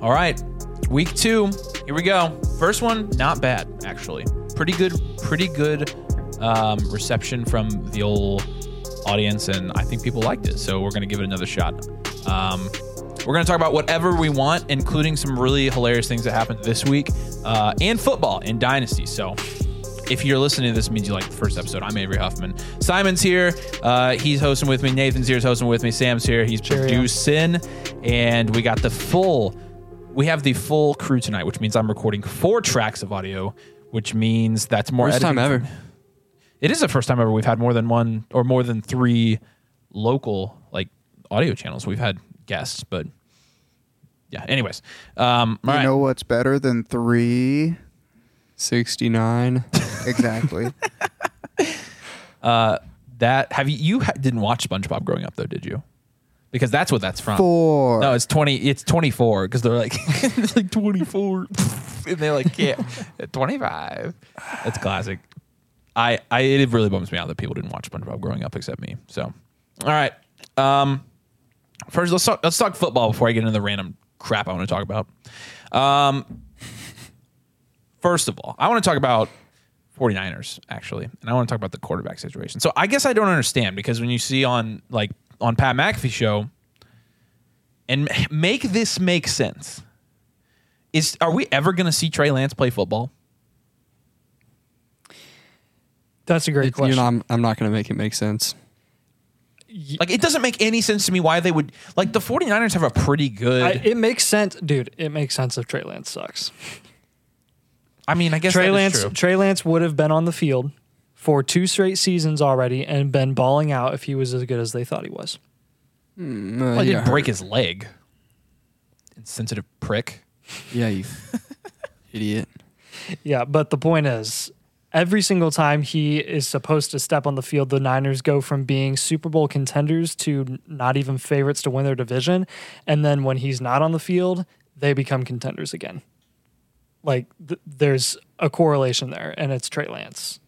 All right. Week two. Here we go. First one, not bad, actually. Pretty good, pretty good um, reception from the old audience, and I think people liked it. So we're going to give it another shot. Um, we're going to talk about whatever we want, including some really hilarious things that happened this week uh, and football and Dynasty. So if you're listening to this, it means you like the first episode. I'm Avery Huffman. Simon's here. Uh, he's hosting with me. Nathan's here. He's hosting with me. Sam's here. He's producing. And we got the full, we have the full crew tonight, which means I'm recording four tracks of audio, which means that's more First time editing. ever. It is the first time ever we've had more than one or more than three local like audio channels. We've had guests, but yeah. Anyways, um, all You right. know what's better than three? 69. Exactly. that have you you ha- didn't watch SpongeBob growing up though, did you? Because that's what that's from. Four. No, it's twenty. It's twenty four because they're like it's like twenty four, and they're like yeah, twenty five. That's classic. I I it really bums me out that people didn't watch SpongeBob growing up except me. So all right, um, first let's talk let's talk football before I get into the random crap I want to talk about. Um, first of all, I want to talk about 49ers actually, and I want to talk about the quarterback situation. So I guess I don't understand because when you see on like on Pat McAfee show and m- make this make sense. Is are we ever going to see Trey Lance play football? That's a great It- question. You're not, I'm not going to make it make sense. Y- Like it doesn't make any sense to me why they would like the 49ers have a pretty good I, I, it makes sense, dude. It makes sense if Trey Lance sucks. mean, I guess Trey that is Lance, true. Trey Lance would have been on the field for two straight seasons already and been balling out if he was as good as they thought he was. No, Well, he Mm, uh, you did got break hurt. his leg. Insensitive prick. Yeah, you idiot. Yeah, but the point is, every single time he is supposed to step on the field, the Niners go from being Super Bowl contenders to not even favorites to win their division, and then when he's not on the field, they become contenders again. Like th- there's a correlation there, and it's Trey Lance.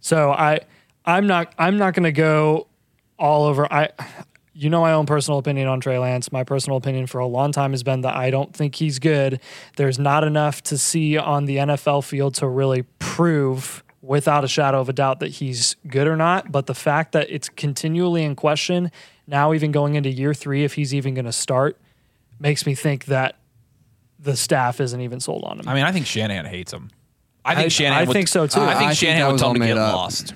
So I, I'm not, I'm not gonna go all over. I, you know my own personal opinion on Trey Lance. My personal opinion for a long time has been that I don't think he's good. There's not enough to see on the NFL field to really prove without a shadow of a doubt that he's good or not, but the fact that it's continually in question now even going into year 3 if he's even going to start makes me think that the staff isn't even sold on him. I mean, I think Shanahan hates him. I think I- Shanahan I would, think so, too. I I think think Shanahan that would was tell all him to made get up. lost.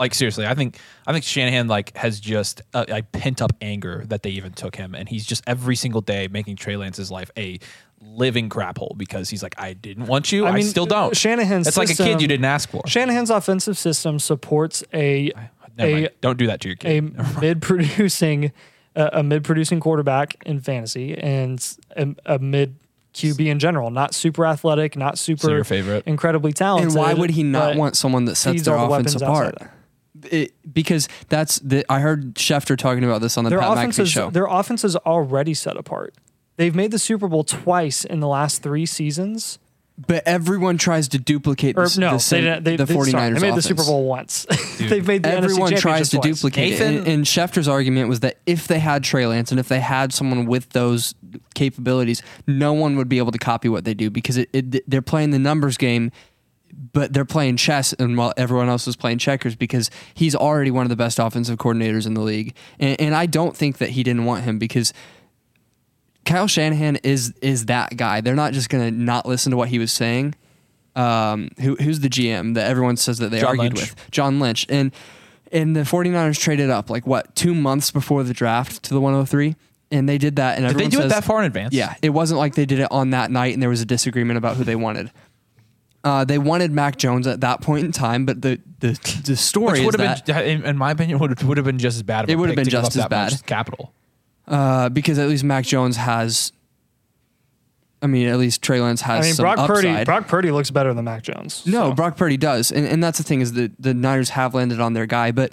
Like seriously, I think I think Shanahan like has just uh, like pent up anger that they even took him, and he's just every single day making Trey Lance's life a living crap hole because he's like, I didn't want you, I, I mean, still don't. Shanahan's it's like a kid system- you didn't ask for. Shanahan's offensive system supports a Never a mind. Don't do that to your kid. a mid-producing a a mid-producing quarterback in fantasy and a, a mid QB in general, not super athletic, not super your favorite? incredibly talented. And why would he not Oh, but want someone that sets he's their all the offense weapons outside apart? It, because that's the I heard Schefter talking about this on the Their Pat offense McAfee is show. their offense is already set apart. They've made the Super Bowl twice in the last three seasons. But everyone tries to duplicate Or this, no, the, same, they didn't. They, the 49ers they, sorry, they made offense. the Super Bowl once. They've made the NFC Everyone tries to Championship twice. duplicate it. And, Nathan- and Schefter's argument was that if they had Trey Lance and if they had someone with those capabilities, no one would be able to copy what they do because it, it, they're playing the numbers game, but they're playing chess and while everyone else is playing checkers because he's already one of the best offensive coordinators in the league. And, and I don't think that he didn't want him because Kyle Shanahan is is that guy. They're not just gonna not listen to what he was saying. Um, who who's the GM that everyone says that they John argued Lynch. with? John Lynch. And and the 49ers traded up like what two months before the draft to the 103, and they did that. And Did they everyone do it says- that far in advance? Yeah, it wasn't like they did it on that night, and there was a disagreement about who they wanted. Uh, they wanted Mac Jones at that point in time, but the the the story which is would that, have been, in, in my opinion, would would have been just as bad. Of It a would have pick been to give just up as that much bad. Capital. uh, because at least Mac Jones has. I mean, at least Trey Lance has. I mean, some Brock Purdy. upside. Brock Purdy looks better than Mac Jones. No, so. Brock Purdy does, and and that's the thing is the the Niners have landed on their guy, but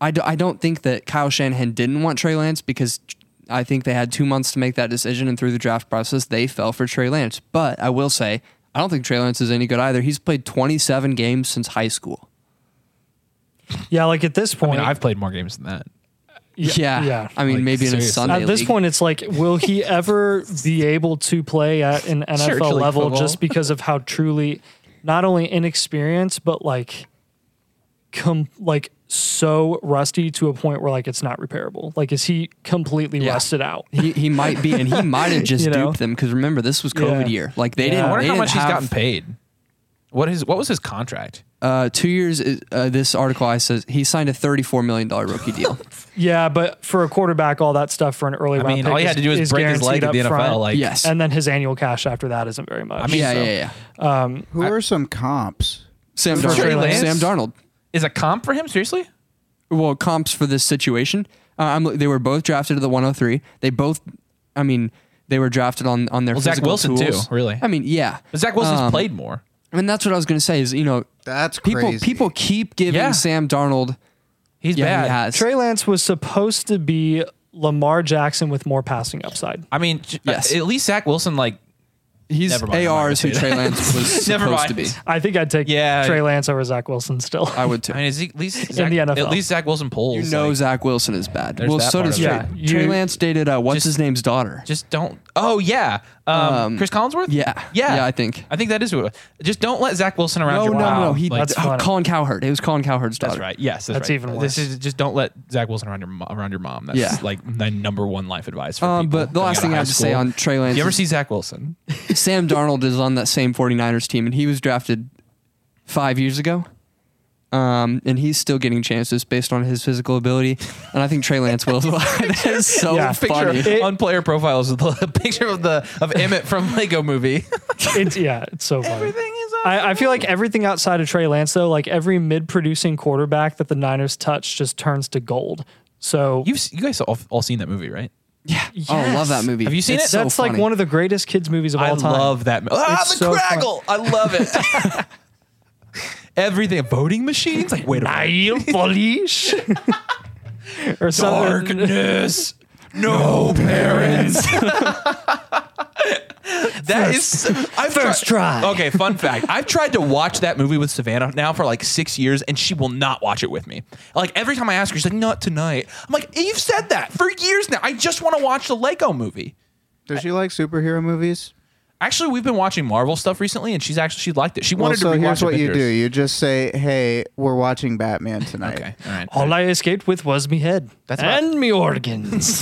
I, do, I don't think that Kyle Shanahan didn't want Trey Lance because I think they had two months to make that decision, and through the draft process they fell for Trey Lance. But I will say I don't think Trey Lance is any good either. He's played 27 games since high school. Yeah, like at this I point, mean, I've played more games than that. Yeah. yeah. I mean, Like, maybe in a seriously. Sunday At this league. point, it's like, will he ever be able to play at an NFL Church League level football. just because of how truly not only inexperienced, but like, com- like so rusty to a point where like it's not repairable? Like, is he completely Yeah. rusted out? he, he might be, and he might have just You know? duped them because remember this was COVID Yeah. year. Like they Yeah. didn't. I I wonder they how didn't much have, he's gotten paid. What his what was his contract? Uh, two years. is- Uh, this article I says he signed a thirty-four million dollar rookie deal. Yeah, but for a quarterback, all that stuff for an early I round. mean, pick all he is- had to do is is break his leg at the guaranteed NFL. up front, Like, yes. and then his annual cash after that isn't very much. I mean, yeah, so- yeah, yeah. Who are some comps? Sam For Darnold. Trey Lance? Sam Darnold. is a comp for him seriously? Well, comps for this situation. Uh, I'm, they were both drafted at the 103. They both. I mean, they were drafted on on their Well, Zach physical Wilson, too, tools. really. I mean, yeah. But Zach Wilson's Um, played more. I mean, that's what I was going to say. Is you know, That's people crazy. people keep giving Yeah. Sam Darnold. He's Yeah, bad. he has. Trey Lance was supposed to be Lamar Jackson with more passing upside. I mean, j- uh, Yes. at least Zach Wilson like He's Never mind, I'm not ARs who gonna say Trey that. Lance was Never supposed mind. to be. I think I'd take Yeah. Trey Lance over Zach Wilson still. I would too. I mean, is he, at least Zach, the NFL. at least Zach Wilson pulls. You know like, Zach Wilson is bad. There's Well, that so part does of Trey. it. Yeah, Trey you- Lance dated uh, what's Just- his name's daughter. just don't. Oh yeah, um, Um, Chris Collinsworth. yeah. yeah, Yeah, I think. I think that is what. it was. Just don't let Zach Wilson around. no, your no, no, no. mom. He Like, That's oh, funny. Colin Cowherd. It was Colin Cowherd's daughter. That's right. Yes, that's, That's right. even This worse. is just don't let Zach Wilson around your mo- around your mom. That's Yeah. like the number one life advice. For Um, people but the coming last out thing of I high have to say school. on Trey Lance You ever is- see Zach Wilson? Sam Darnold is on that same 49ers team, and he was drafted five years ago. Um, and he's still getting chances based on his physical ability. And I think Trey Lance will. that is so Yeah. Picture funny. It- on player profiles with the picture of the of Emmett from Lego Movie. it's yeah, it's so funny. Everything is. I, I feel like everything outside of Trey Lance though, like every mid-producing quarterback that the Niners touch just turns to gold. So you you guys all, all seen that movie, right? Yeah. Oh, I love that movie. Have you seen It's it? so that's like funny. one of the greatest kids movies of all I time. love that. mo- Ah, the It's so fun. craggle. I love it. Everything. Voting machines. Like wait a minute. Nail polish or something. Darkness. No parents. That is. I've First tried- try. Okay, fun fact. I've tried to watch that movie with Savannah now for like six years, and she will not watch it with me. Like every time I ask her, she's like, "Not tonight." I'm like, "You've said that for years now. I just want to watch the Lego movie." Does she like superhero movies? Actually, we've been watching Marvel stuff recently, and she's actually she liked it. She Well, wanted so to rewatch here's what you do. Avengers. You just say, "Hey, we're watching Batman tonight." Okay, all right. All I escaped with was me head That's and me organs.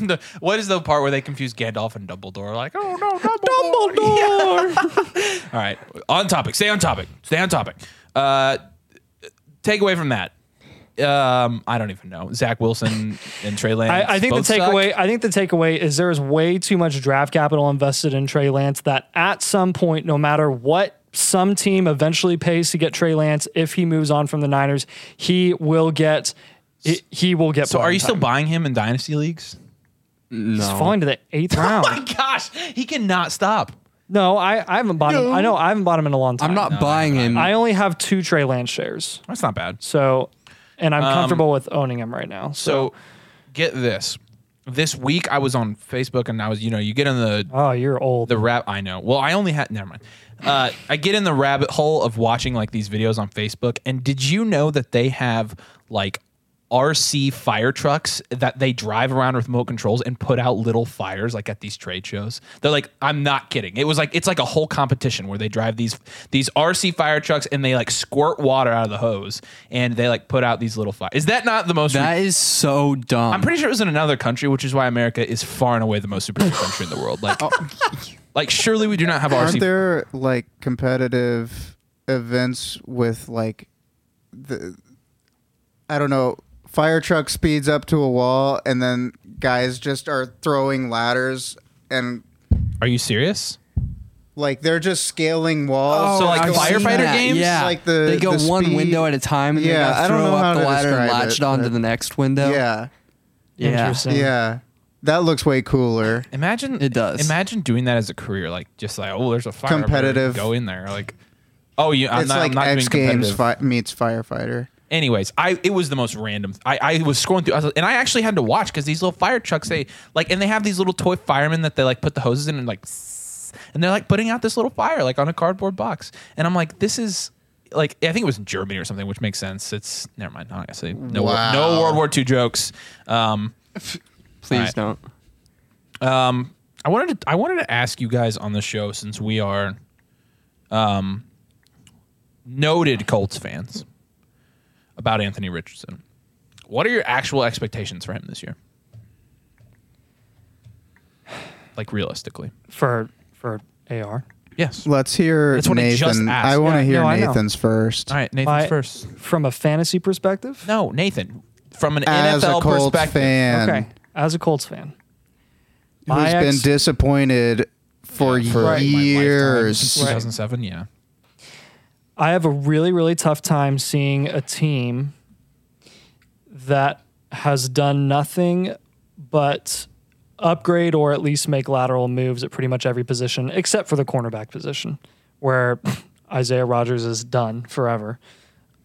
The- what is the part where they confuse Gandalf and Dumbledore? Like, oh no, Dumbledore. Dumbledore. All right, on topic. Stay on topic. Stay on topic. Uh, take away from that. Um, I don't even know. Zach Wilson and Trey Lance. I, I think the both suck. takeaway. I think the takeaway is there is way too much draft capital invested in Trey Lance. That at some point, no matter what, some team eventually pays to get Trey Lance. If he moves on from the Niners, he will get. He, he will get. So, are playing you still time. buying him in dynasty leagues? He's falling to the eighth round? Oh My gosh, he cannot stop. No, I, I haven't bought him. I know I haven't bought him in a long time. I'm not buying him. I only have two Trey Lance shares. That's not bad. So, and I'm comfortable with owning him right now. So, Um, So, get this. This week I was on Facebook and I was, you know, you get in the oh, you're old. the rap I know. Well, I only had never mind. Uh, I get in the rabbit hole of watching like these videos on Facebook. And did you know that they have like RC fire trucks that they drive around with remote controls and put out little fires like at these trade shows? They're like, I'm not kidding. It was like it's like a whole competition where they drive these these RC fire trucks and they like squirt water out of the hose and they like put out these little fires. Is that not the most? that is so dumb. I'm pretty sure it was in another country, which is why America is far and away the most superficial country in the world. Like, like surely we do not have Oh. Aren't RC there like competitive events with like the I don't know fire truck speeds up to a wall and then guys just are throwing ladders and Are you serious? like they're just scaling walls. so, to like, go- I've seen firefighter that, games? Yeah, Like the- they go the one speed- window at a time, and Yeah, they I don't throw know how up the to ladder and describe latch it, onto but- the next window. Yeah, yeah. Interesting. yeah, that looks way cooler. Imagine It does. Imagine doing that as a career, like just like oh, there's a fire Competitive. Go in there, like oh, you. I'm it's not, like I'm not X doing Games competitive. fi- meets firefighter. Anyways, I it was the most random. I, I was scrolling through, I was, and I actually had to watch because these little fire trucks they like, and they have these little toy firemen that they like put the hoses in and like, and they're like putting out this little fire like on a cardboard box, and I'm like, this is like I think it was in Germany or something, which makes sense. It's never mind. I'm not gonna say no, Wow. no World War II jokes. Um, Please Alright. don't. um, I wanted to I wanted to ask you guys on the show since we are, um, noted Colts fans about Anthony Richardson. What are your actual expectations for him this year? Like realistically, for for AR. yes. Let's hear That's what I just Nathan. asked. I want to Yeah, hear no, I know. Nathan's first. All right, Nathan's My- first. From a fantasy perspective, No, Nathan, from an As NFL a Colts perspective. fan, okay. As a Colts fan, who's my ex- been disappointed for for my lifetime, years. since 2007, yeah. I have a really really tough time seeing a team that has done nothing but upgrade or at least make lateral moves at pretty much every position except for the cornerback position, where Isaiah Rogers is done forever.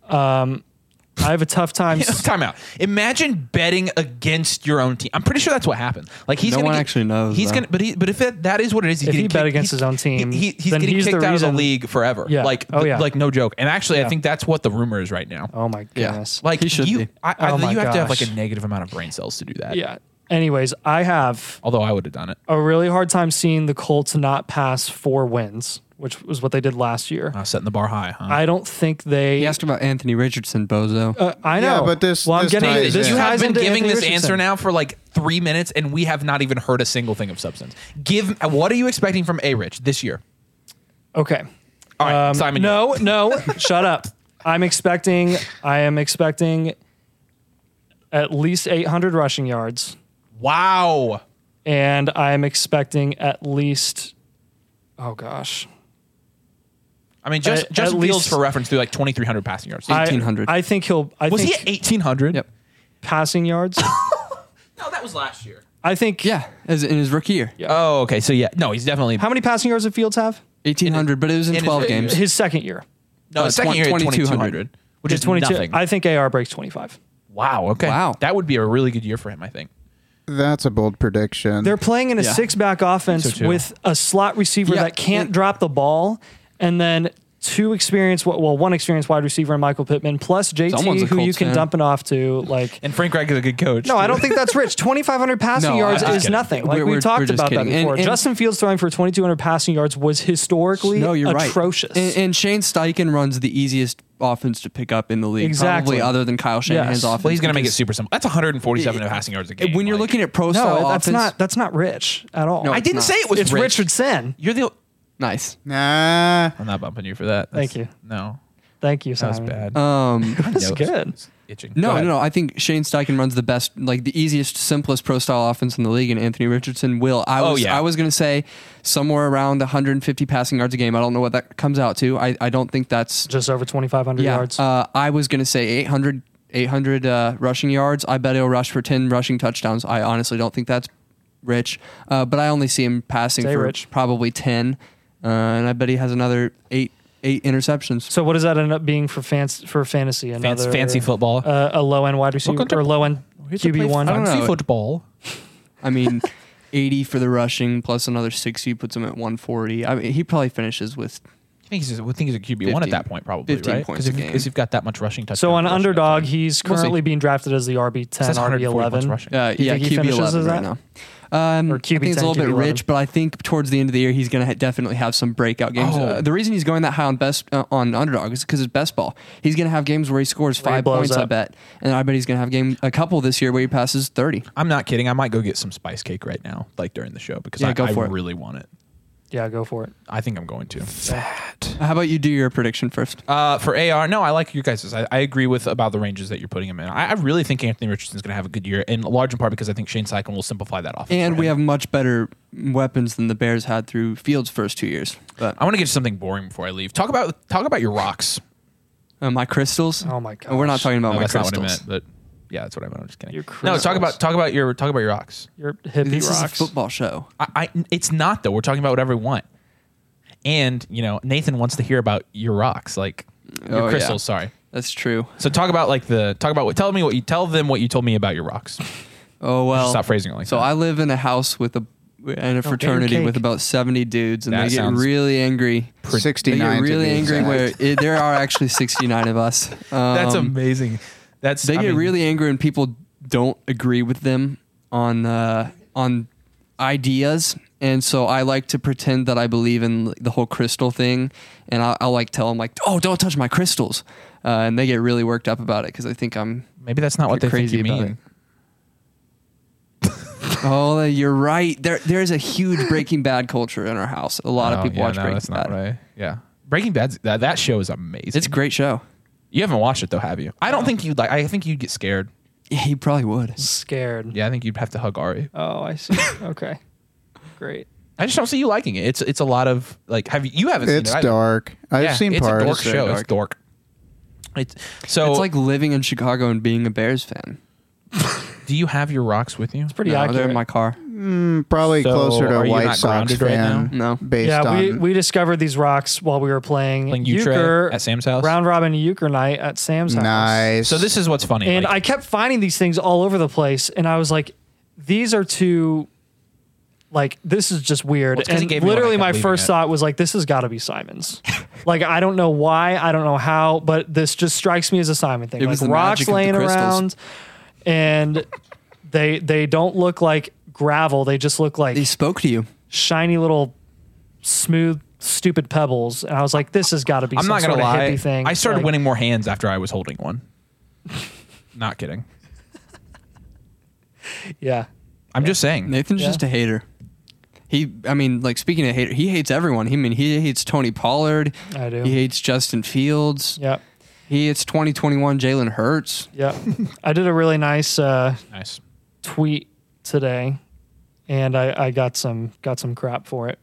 Um, I have a tough time. Yeah, time out. Imagine betting against your own team. I'm pretty sure that's what happened. Like he's No gonna one get- actually knows, He's though. gonna, but he, but if that, that is what it is, he's If he getting bet kicked- against he's- his own team, he, he- he's then getting he's the kicked out of reason- the league forever. Yeah. Like, Oh, th- yeah. like no joke. And actually, I think that's what the rumor is right now. oh my Yeah. goodness! Like He should you, be. I, I, Oh my you have to have like gosh. a negative amount of brain cells to do that. Yeah. Anyways, I have Although I would have done it. a really hard time seeing the Colts not pass four wins, which was what they did last year. I was setting the bar high. Huh? I don't think they. He asked about Anthony Richardson, bozo. Uh, I know, Yeah, but this- Well, I'm this getting ties this you in. have ties been into giving Anthony this answer Richardson. now for like three minutes, and we have not even heard a single thing of substance. Give what are you expecting from A Rich this year? Okay. All right, Simon. you- Um, No, no, shut up. I'm expecting. I am expecting at least 800 rushing yards, Wow. and I am expecting at least. Oh gosh, I mean, just At- Justin at Fields least- for reference threw like 2,300 passing yards. I- 1,800. I, think he'll. I was he think at 1,800? Yep. passing yards? No, that was last year. I think. yeah, as in his rookie year, Oh, okay. So yeah, no, he's definitely How many passing yards did Fields have? 1,800, but it was in in his- 12 games. His second year. no uh, his second twen- year at 2200, 2,200, which is 22. nothing. I think AR breaks 25. wow. Okay. Wow. That would be a really good year for him. I think. That's a bold prediction. They're playing in a Yeah. six back offense too. with a slot receiver Yeah, that can't it- drop the ball and then two experienced, well, one experienced wide receiver in Michael Pittman plus Someone's a JT, who you Colts can fan. dump it off to. Like, And Frank Reich is a good coach. no, I don't think that's rich. 2,500 passing No, yards I'm just is kidding. nothing. Like, We're- we we're- talked we're just about that kidding. And- before. and- Justin Fields throwing for 2,200 passing yards was historically No, you're atrocious. right. And, and Shane Steichen runs the easiest offense to pick up in the league, Exactly. probably other than Kyle Shanahan's Yes. offense. Well, he's going to make it because super simple. That's 147 passing yards a game. When you're Like, looking at pro style no, that's offense, not, that's not rich at all. No, I it's didn't not. say it was. it's rich. Richardson. You're the. nice. nah. I'm not bumping you for that. Thank That's- you. No, Thank you, that was Simon. bad. Um, That's No, it's- good. it's Itching. Go No, ahead. no, no. I think Shane Steichen runs the best, like the easiest, simplest pro style offense in the league, and Anthony Richardson will. I Oh, was, yeah. I was going to say somewhere around 150 passing yards a game. I don't know what that comes out to. I, I don't think that's Just over 2,500 yeah. yards. Uh, I was going to say 800, 800 uh, rushing yards. I bet he'll rush for 10 rushing touchdowns. I honestly don't think that's rich, uh, but I only see him passing Say for rich. probably 10, uh, and I bet he has another eight eight interceptions. So what does that end up being for fans for fantasy? Fancy- Another fancy football. uh, a low end wide receiver Welcome to- or low end We're here to play QB one. I don't fancy know. football. I mean, 80 for the rushing plus another 60 puts him at 140. I mean, he probably finishes with I think he's, I think he's a QB one at 15 that point, probably, 15 right? points if, a game. because you've got that much rushing touchdown. So on rushing underdog, touchdown. he's We'll see. currently being drafted as the RB So ten, that's RB 140 points eleven. rushing. uh, Do you yeah think he QB finishes 11 as right that? now. Um, Or QB I think it's a 10, little bit QB 11. rich, but I think towards the end of the year he's going to ha- definitely have some breakout games. Oh. Uh, the reason he's going that high on best uh, on underdog is because it's best ball. He's going to have games where he scores Where he five blows points, I up. bet, and I bet he's going to have game a couple this year where he passes thirty. I'm not kidding. I might go get some spice cake right now, like during the show, because Yeah, I, go I for it. really want it. Yeah, go for it. I think I'm going to. How about you do your prediction first? Uh, for AR, no, I like your guys'. I, I agree with about the ranges that you're putting him in. I, I really think Anthony Richardson's going to have a good year, and large in part because I think Shane Sykin will simplify that offense. And for we him. have much better weapons than the Bears had through Fields' first two years. But I want to get to something boring before I leave. Talk about talk about your rocks. uh, my crystals. Oh my We're not gosh. talking about No, my that's crystals. not what I meant, but yeah, that's what I meant. I'm just kidding. Your no, talk crystals. about talk about your talk about your rocks. Your Dude, hippie this rocks. is a football show. I, I it's not though. We're talking about whatever we want. And you know, Nathan wants to hear about your rocks, like your Oh, yeah. crystals. Sorry. That's true. So talk about like the talk about what. Tell me what you tell them what you told me about your rocks. Oh well. stop phrasing it like so that. I live in a house with a and a fraternity cake. with about 70 dudes, and Oh, That they get sounds really angry. They Sixty get nine. really angry Where where it, there are actually 69 of us. Um, That's amazing. That's They I get mean, really angry when people don't agree with them on uh, on ideas, and so I like to pretend that I believe in like, the whole crystal thing, and I'll, I'll like tell them like, "Oh, don't touch my crystals," uh, and they get really worked up about it because they think I'm. Maybe that's not what they They're think you crazy about mean. Oh, you're right. There, there's a huge Breaking Bad culture in our house. A lot Oh, of people yeah, watch no, Breaking that's not Bad. right. Yeah, Breaking Bad. That, that show is amazing. It's a great show. You haven't watched it though, have you? I don't think you'd like. I think you'd get scared. Yeah, he probably would. Scared. Yeah, I think you'd have to hug Ari. Oh, I see. okay. Great. I just don't see you liking it. It's it's a lot of like. Have you? You haven't seen it. it's either. dark. I've Yeah, seen it's parts. a dork It's very show. It's dark. dork. It's so. it's like living in Chicago and being a Bears fan. do you have your rocks with you? It's pretty no, they're accurate. in my car. Mm, probably So, closer to are a you White not Sox grounded right fan. now? No. based yeah, on we, we discovered these rocks while we were playing, Playing Euchre euchre at Sam's house? round robin euchre night at Sam's house. nice. So this is what's funny. And like, I kept finding these things all over the place, and I was like, "These are too, like, this is just weird." Well, it's 'cause he and gave me one, I literally, kept my leaving first it. thought was like, "This has got to be Simon's." like, I don't know why, I don't know how, but this just strikes me as a Simon thing. It like was the magic rocks of the laying crystals. around, and they they don't look like gravel; they just look like They spoke to you. shiny little smooth. Stupid pebbles, and I was like, "This has got to be I'm some not sort gonna of lie. hippie thing." I started Like, winning more hands after I was holding one. not kidding. Yeah, I'm just saying. Nathan's Yeah. just a hater. He, I mean, like speaking of hater, he hates everyone. He I mean he hates Tony Pollard. I do. He hates Justin Fields. yeah. He hates 2021 Jalen Hurts. Yeah. I did a really nice uh, Nice. tweet today and I, I got some got some crap for it.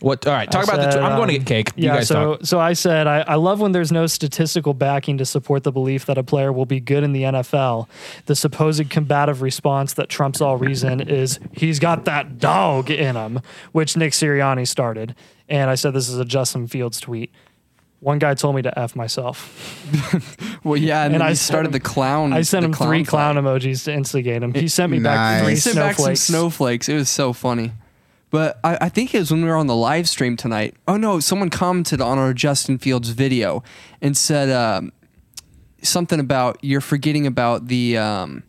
What? All right. Talk I about the. said, Tw- I'm going to um, get cake. you Yeah, guys so talk. so I said I, I love when there's no statistical backing to support the belief that a player will be good in the NFL. The supposed combative response that trumps all reason is he's got that dog in him, which Nick Sirianni started. And I said this is a Justin Fields tweet. One guy told me to f myself. Well, yeah, and, And then I he sent started him- the clown. I sent Mm, the him three flag. clown emojis to instigate him. He sent me back Nice. three He sent back some snowflakes. snowflakes. It was so funny. But I, I think it was when we were on the live stream tonight. Oh no, someone commented on our Justin Fields video and said um, something about you're forgetting about the um,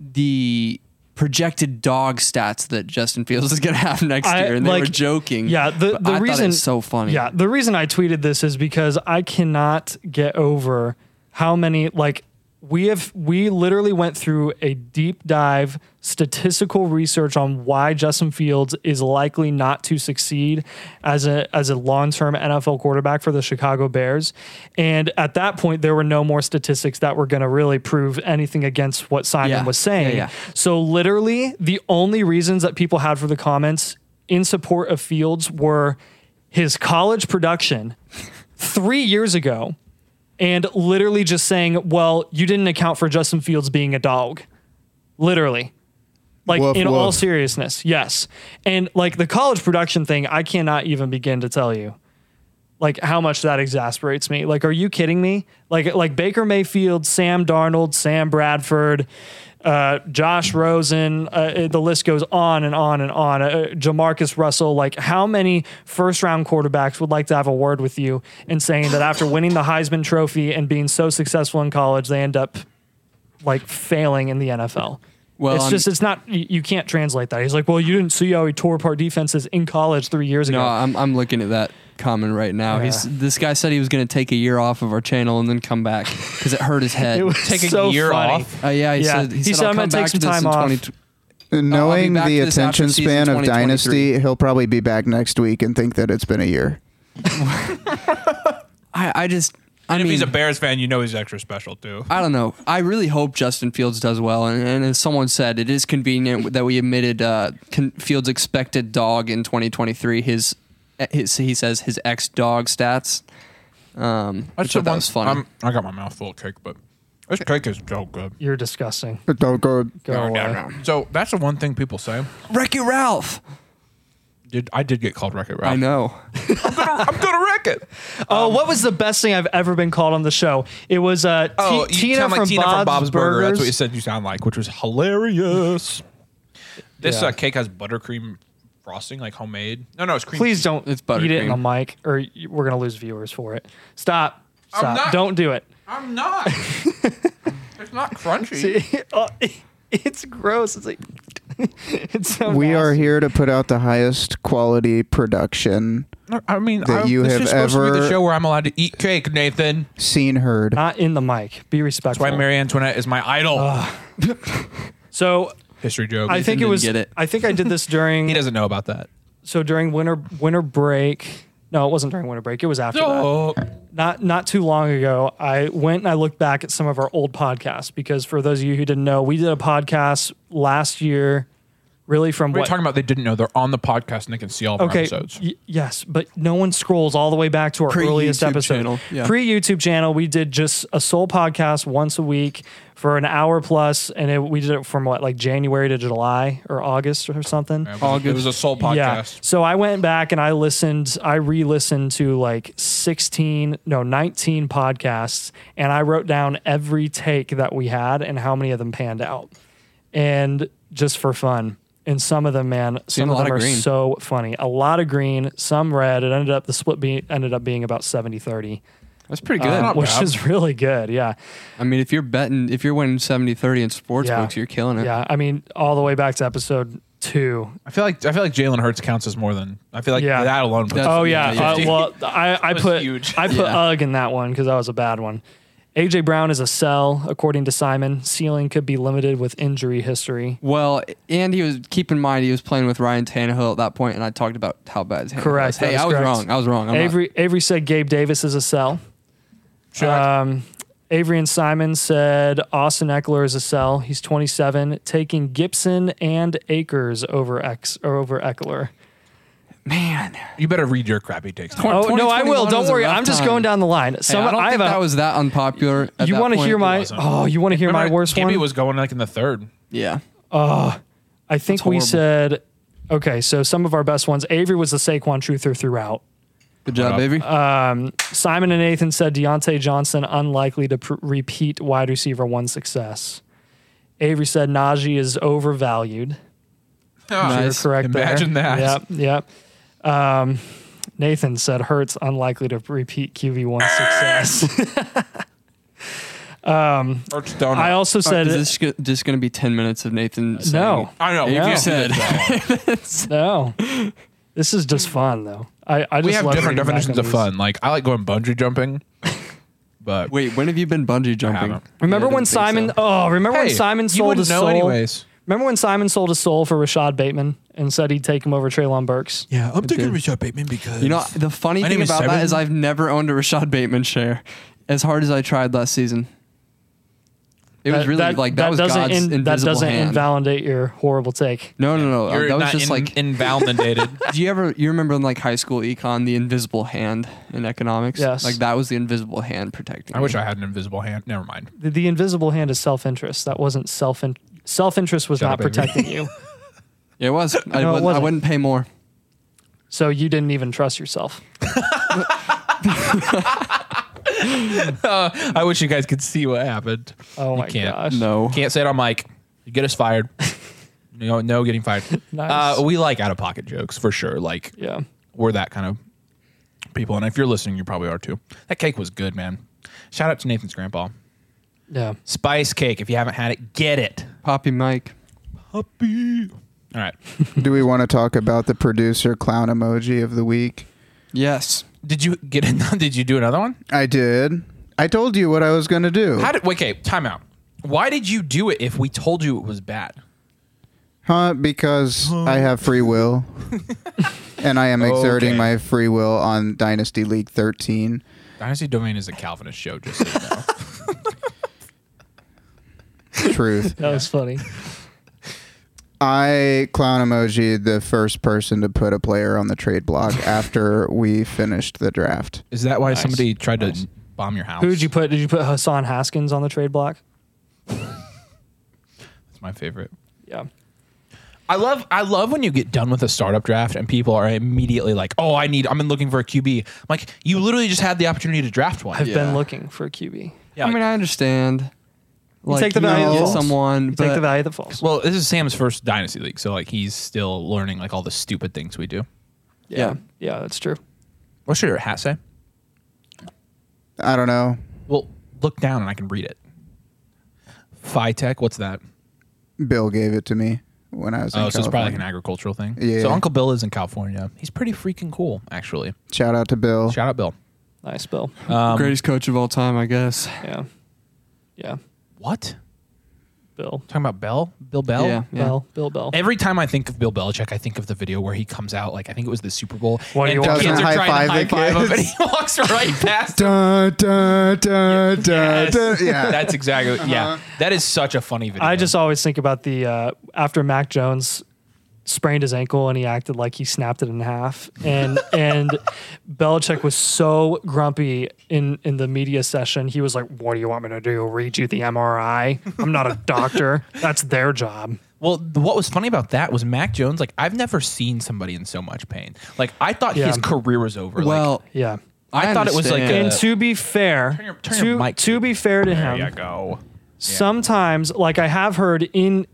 the projected dog stats that Justin Fields is going to have next I- year, and they like, were joking. Yeah, the, But the I thought it reason was so funny. Yeah, the reason I tweeted this is because I cannot get over how many like we have we literally went through a deep dive statistical research on why Justin Fields is likely not to succeed as a as a long-term NFL quarterback for the Chicago Bears. And at that point there were no more statistics that were going to really prove anything against what Simon Yeah. was saying. Yeah, yeah. So literally, the only reasons that people had for the comments in support of Fields were his college production three years ago, and literally just saying, "Well, you didn't account for Justin Fields being a dog." Literally. Like Woof, in all woof. seriousness, yes. And like the college production thing, I cannot even begin to tell you like how much that exasperates me. Like, are you kidding me? Like, like Baker Mayfield, Sam Darnold, Sam Bradford, uh, Josh Rosen. Uh, it- the list goes on and on and on. Uh, Jamarcus Russell. Like, how many first round quarterbacks would like to have a word with you and saying that after winning the Heisman Trophy and being so successful in college, they end up like failing in the NFL? Well, it's I'm- just it's not you, you can't translate that. He's like, well, you didn't see how he tore apart defenses in college three years ago. No, uh, I'm I'm looking at that comment right now. He's this guy said he was going to take a year off of our channel and then come back because it hurt his head. It was Take a so year funny. off. Uh, yeah, he Yeah. said He he said, said, I'll "I'm come gonna take back some to this time in off." 20 knowing back the to this after attention season span of 2023. Dynasty, he'll probably be back next week and think that it's been a year. I I just I And if mean he's a Bears fan, you know he's extra special too. I don't know. I really hope Justin Fields does well. And, and as someone said, it is convenient that we admitted uh, con- Fields' expected dog in 2023. His, eh, his he says his ex dog stats. Um, I thought that was funny. I'm, I got my mouth full of cake, but this cake is so good. You're disgusting. But don't go. Go away. So that's the one thing people say. Wreck It Ralph. Did I did get called Wreck It Ralph? I know. I'm gonna wreck it. Oh, what was the best thing I've ever been called on the show? It was uh, T- Oh, you Tina, sound from, like Tina Bob's from Bob's Burger. Burgers. That's what you said you sound like, which was hilarious. This Yeah. uh, cake has buttercream frosting, like homemade. No, no, it's cream. Please don't It's eat it buttercream. in the mic, or y- we're gonna lose viewers for it. Stop! I'm Stop! not- don't do it. I'm not. it's not crunchy. Oh, it's gross. It's like it's so. We are nasty. here to put out the highest quality production No, I mean, That I, you this have is supposed to be the ever- show where I'm allowed to eat cake, Nathan. seen heard. not in the mic. Be That's respectful. why Marie Antoinette is my idol. so History joke. I think it didn't was. get it. I think I did this during. he doesn't know about that. so during winter winter break. No, it wasn't during winter break. It was after that. Oh, not not too long ago, I went and I looked back at some of our old podcasts because for those of you who didn't know, we did a podcast last year, really from we're what talking about. They didn't know they're on the podcast and they can see all of our okay, episodes. y- yes, but no one scrolls all the way back to our Pre-YouTube earliest episode. channel, yeah. Pre YouTube channel, we did just a sole podcast once a week for an hour plus, and it, we did it from what like January to July or August or something. Yeah, it, was a, it was a soul podcast. So I went back and I listened, I re listened to like 16, no, 19 podcasts, and I wrote down every take that we had and how many of them panned out. And just for fun. And some of them, man, some a of lot them of are green. so funny. A lot of green, some red. It ended up, the split be, ended up being about 70 30, That's pretty good. Uh, which bad. is really good. Yeah. I mean, if you're betting, if you're winning 70 30 in sports Yeah. books, you're killing it. Yeah. I mean, all the way back to episode two, I feel like I feel like Jalen Hurts counts as more than I feel like Yeah. that alone. Puts That's- Oh it yeah. in the Uh, 50. well, I, I was put huge. I put Yeah. UG in that one because that was a bad one. AJ Brown is a sell, according to Simon. Ceiling could be limited with injury history. Well, and he was keep in mind he was playing with Ryan Tannehill at that point, and I talked about how bad his hand Correct, was. that Hey, is I was correct. wrong. I was wrong. I'm not- Avery Avery said Gabe Davis is a sell. Um, Avery and Simon said Austin Eckler is a sell. He's 27, taking Gibson and Akers over X or over Eckler. man, you better read your crappy takes. Oh no, I will. 2021 Don't was a worry. rough I'm just time. going down the line. Hey, I Someone don't I, think have that a. was that unpopular. at You that want to point. hear my? wasn't. Oh, you want to hear my worst Gibby one? was going like in the third. Yeah, I think we horrible. said, okay, so some of our best ones. Avery was the Saquon truther throughout. Um, good job, up? Avery. Oh, Simon and Nathan said Deontay Johnson unlikely to pr- repeat wide receiver one success. Avery said Najee is overvalued. You're Nice. correct. there. Imagine that. Yep. Yep. Um, Nathan said Hurts unlikely to repeat QB one success. Oh, Hurts don't. I also said Is this go- just going to be 10 minutes of Nathan? saying- no. I know. Yeah. We can't Said. do that. No. This is just fun though. I, I just we have love different reading back definitions on of these. fun. Like I like going bungee jumping, but Wait, when have you been bungee jumping? haven't. Remember Yeah, I when didn't think Simon? so. Oh, remember when Hey, Simon you sold wouldn't his know soul? anyways. Remember when Simon sold his soul for Rashad Bateman and said he'd take him over Traylon Burks? yeah, I'm taking Rashad Bateman because You know, the funny My thing name is about that Simon. is I've never owned a Rashad Bateman share as hard as I tried last season. It was really like that, was doesn't God's in- invisible that doesn't hand. invalidate your horrible take. no, no, no. you're that was not just in, like. invalidated. do you ever you remember in like high school econ the invisible hand in economics? Yes. Like that was the invisible hand protecting. I me. wish I had an invisible hand. Never mind. The, the invisible hand is self interest. That wasn't self in- self interest was Shut not up, Avery. protecting you. Yeah, it was. I, No, it wouldn't, I wasn't. wouldn't pay more. So you didn't even trust yourself. I wish you guys could see what happened. Oh You my can't. gosh. No. Can't say it on mic. You get us fired. no, no getting fired. Nice. Uh, we like out of pocket jokes for sure. Like Yeah. we're that kind of people. And if you're listening, you probably are too. That cake was good, man. Shout out to Nathan's grandpa. Yeah. Spice cake. If you haven't had it, get it. Poppy Mike. Puppy. All right. Do we want to talk about the producer clown emoji of the week? Yes. Did you get it? Did you do another one? I did. I told you what I was going to do. How did? wait, Okay, time out. Why did you do it if we told you it was bad? Huh? Because I have free will. and I am exerting Okay. my free will on Dynasty League 13. Dynasty Domain is a Calvinist show. Just so you know. Truth. That was funny. I clown emoji the first person to put a player on the trade block after we finished the draft. is that why Nice. somebody tried Nice. to bomb your house? Who did you put? Did you put Hassan Haskins on the trade block? That's my favorite. Yeah. I love I love when you get done with a startup draft and people are immediately like, "Oh, I need I'm in looking for a QB." I'm like, "You literally just had the opportunity to draft one." I've Yeah. been looking for a QB. Yeah, I like- mean, I understand. Like, take the value know, that get falls. someone, take but- the value that falls. Well, this is Sam's first dynasty league, so like he's still learning like all the stupid things we do. yeah. yeah, that's true. What should your hat say? I don't know. Well, look down and I can read it. Phytech, what's that? Bill gave it to me when I was in Oh, so it's probably like an California. agricultural thing. Yeah. So Uncle Bill is in California. He's pretty freaking cool, actually. Shout out to Bill. Shout out Bill. Nice, Bill. Um, Greatest coach of all time, I guess. Yeah, yeah, What? Bill, Talking about Bell? Bill Bell? Yeah. Bell, Bill, Bell. Every time I think of Bill Belichick, I think of the video where he comes out, like I think it was the Super Bowl. Why do and you the want kids to are trying to high high-five the five him, and kids? he walks right past. them. Dun, dun, dun, dun, Yes. dun. Yeah. that's exactly. Yeah, that is such a funny video. Uh-huh. I just always think about the uh, after Mac Jones sprained his ankle and he acted like he snapped it in half, and and Belichick was so grumpy in in the media session. He was like, "What do you want me to do? Read you the MRI? I'm not a doctor. That's their job." Well, th- what was funny about that was Mac Jones. Like I've never seen somebody in so much pain. Like I thought Yeah. his career was over. Well, Yeah. I thought it was like understand. And Uh, to be fair, Turn your- turn to, your mic. to be fair to like, him, there you go. sometimes like i have heard in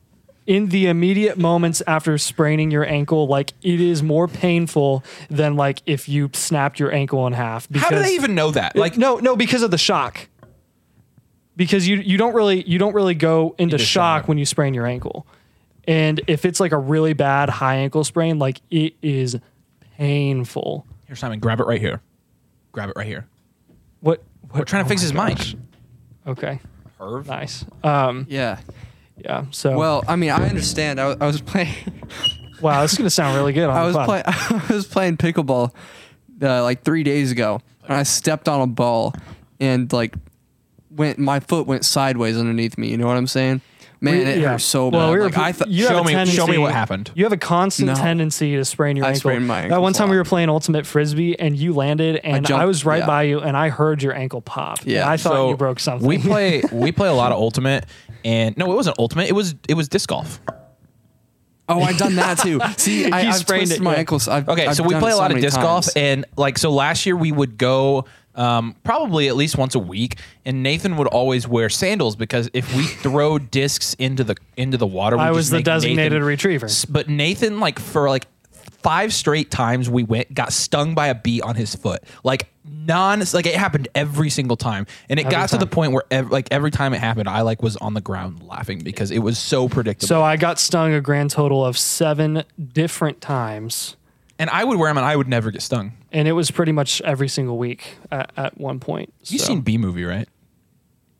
in the immediate moments after spraining your ankle like it is more painful than like if you snapped your ankle in half because How do they even know that? Like like no no because of the shock because you you don't really you don't really go into Into shock shock. when you sprain your ankle and if it's like a really bad high ankle sprain like it is painful here, Simon, grab it right here. Grab it right here. what, what We're trying to oh fix my his gosh. mic. okay Herv. nice um yeah. yeah so Well, I mean, I understand. I, wa- I was playing. wow this is gonna sound really good on I the was pod. playing. I was playing pickleball uh, like three days ago, and I stepped on a ball, and like went my foot went sideways underneath me. You know what I'm saying? Man, We- it yeah. hurt so bad. Well, we were like, pl- I thought you Show have a me- tendency, show me what happened. You have a constant No. tendency to sprain your I ankle. sprained my that ankles one a time we lot. were playing ultimate frisbee and you landed and I, jumped, was right yeah. by you and I heard your ankle pop. Yeah, And I thought So you broke something. We play we play a lot of ultimate, and no, it wasn't ultimate. It was it was disc golf. Oh, I've done that too. See, I, You I've sprained twisted it, my yeah. ankles. I've, Okay, I've so we done play it a so lot of many disc times. golf, and like so last year we would go um, probably at least once a week, and Nathan would always wear sandals because if we throw discs into the into the water, we I just was the make designated Nathan- retriever. S- But Nathan, like for like five straight times we went, got stung by a bee on his foot, like non like it happened every single time, and it Every got time. to the point where ev- like every time it happened, I like was on the ground laughing because it was so predictable. so I got stung a grand total of seven different times. and I would wear them, and I would never get stung. And it was pretty much every single week at, at one point. You've So, seen B movie, right?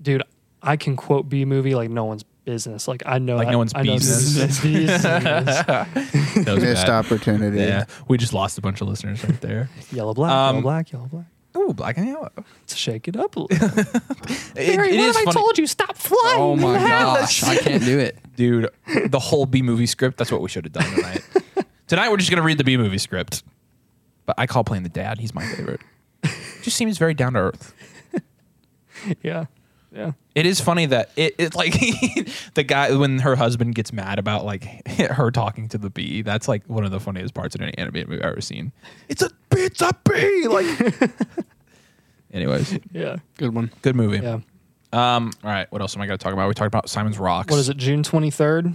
dude, I can quote B movie like no one's business. Like I know Like that- no one's I know business. business. That was Missed bad. opportunity. Yeah, we just lost a bunch of listeners right there. yellow black, Um, yellow black, yellow black. Ooh, black and yellow. Let's shake it up a little. Barry, what have I told you? Stop flying. Oh my Have a gosh, seat. I can't do it. dude. The whole B movie script. That's what we should have done tonight. tonight we're just gonna read the B movie script. But I call playing the dad. He's my favorite. just seems very down to earth. Yeah. Yeah. It is funny that it, it's like the guy when her husband gets mad about like her talking to the bee. That's like one of the funniest parts in any animated movie I've ever seen. It's a it's a bee. Like, anyways, Yeah. Good one. good movie. Yeah. Um. All right. What else am I going to talk about? We talked about Simon's rocks. What is it? June 23rd.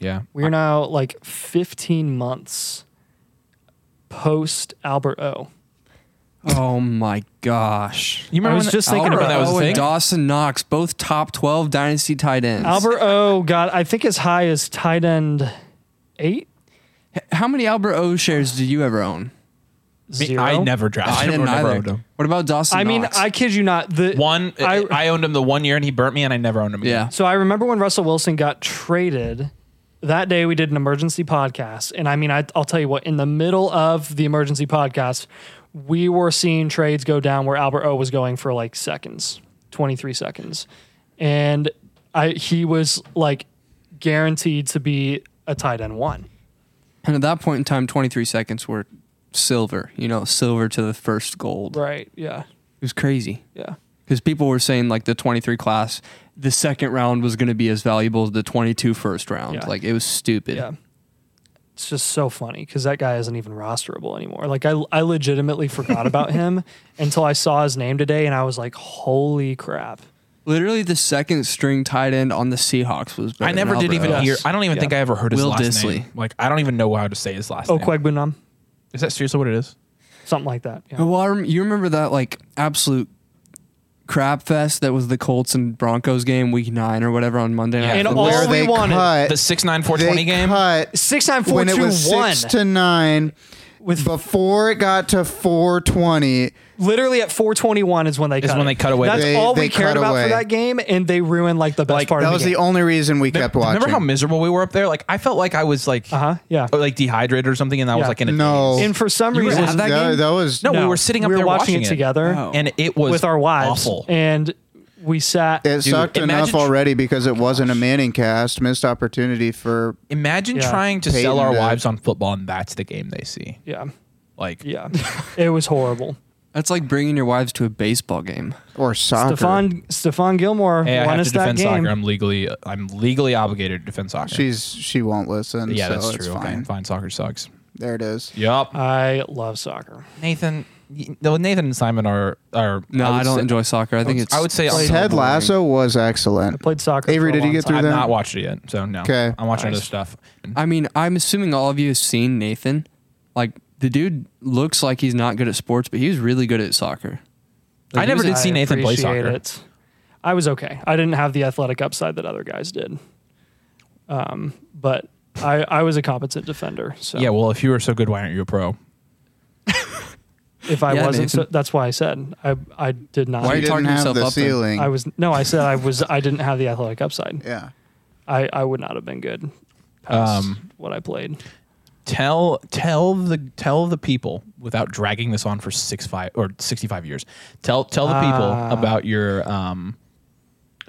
Yeah. We are now like 15 months post Albert O. Oh my gosh. You I remember was when just that, thinking Albert when about that that. was Oh, a and thing? Dawson Knox, both top 12 dynasty tight ends. Albert O got, I think, as high as tight end eight. How many Albert O shares do you ever own? Zero. I never drafted. I didn't him or never either. owned him. What about Dawson I mean, Knox? I kid you not. The One. I, I- I owned him the one year and he burnt me and I never owned him. Again. Yeah. So I remember when Russell Wilson got traded. That day we did an emergency podcast, and I mean, I, I'll tell you what. In the middle of the emergency podcast, we were seeing trades go down where Albert O was going for like seconds, twenty three seconds, and I he was like guaranteed to be a tight end one. And at that point in time, 23 seconds were silver, you know, silver to the first gold. Right? Yeah. It was crazy. Yeah. Because people were saying, like, the 23 class, the second round was going to be as valuable as the 22 first round. Yeah. Like, it was stupid. Yeah. It's just so funny because that guy isn't even rosterable anymore. Like I, I legitimately forgot about him until I saw his name today, and I was like, "Holy crap!" Literally, the second string tight end on the Seahawks was. better I never than did even Alvarez. hear. I don't even Yeah. Oh, think I ever heard his Will last Disley. name. Like I don't even know how to say his last name. Oquegbunam, Is that seriously what it is? something like that. Yeah. Well, I rem- you remember that like absolute crap fest that was the Colts and Broncos game week nine or whatever on Monday night. Yeah. And Football? all where we they wanted- The cut six nine four twenty they game. cut Six nine four when it two was one. six to nine With before it got to 420 literally at 421 is when they Is cut when it. they cut away. That's They- all they we cared cut about for away. that game, and they ruined like the best Like, part that of was the the game. only reason we kept watching Remember how miserable we were up there? Like I felt like I was like uh huh. Yeah. or, like dehydrated or something, and I Yeah. was like in a No. daze. And for some You were reason, at that that, game? that was No, we were sitting up we were there watching, watching it it. together Oh. and it was with our wives, Awful. and we sat. it sucked enough imagine- already because it wasn't a Manning cast missed opportunity for Imagine Yeah. trying to Peyton sell our did. wives on football, and that's the game they see. yeah, Like yeah. it was horrible. That's like bringing your wives to a baseball game. or soccer Stefan Stefan Gilmore Hey, I won have us to that defend game. soccer. I'm legally, I'm legally obligated to defend soccer. she's she won't listen yeah, so that's it's true. fine Okay, fine. Soccer sucks. there it is Yup. I love soccer. Nathan, y- though Nathan and Simon are are. No, I, would don't say- enjoy soccer. I think it's. I would say so Ted boring. Lasso was excellent Played soccer. Avery, for a did you long get through time. I've that? not watched it yet, so no. 'Kay. I'm watching Nice. other stuff. I mean, I'm assuming all of you have seen Nathan. Like the dude looks like he's not good at sports, but he was really good at soccer. I never did see I Nathan play appreciate soccer. it. I was okay. I didn't have the athletic upside that other guys did, um, but I, I was a competent defender. So Yeah, well, if you were so good, why aren't you a pro? if I Yeah, wasn't, so, Nathan. that's why I said I I did not. Why are She you talking didn't yourself have the up then? ceiling I was no. I said I was. I didn't have the athletic upside. yeah I, I would not have been good. Past Um, what I played. Tell tell the tell the people without dragging this on for six five or sixty five years. Tell tell the Ah. people about your um,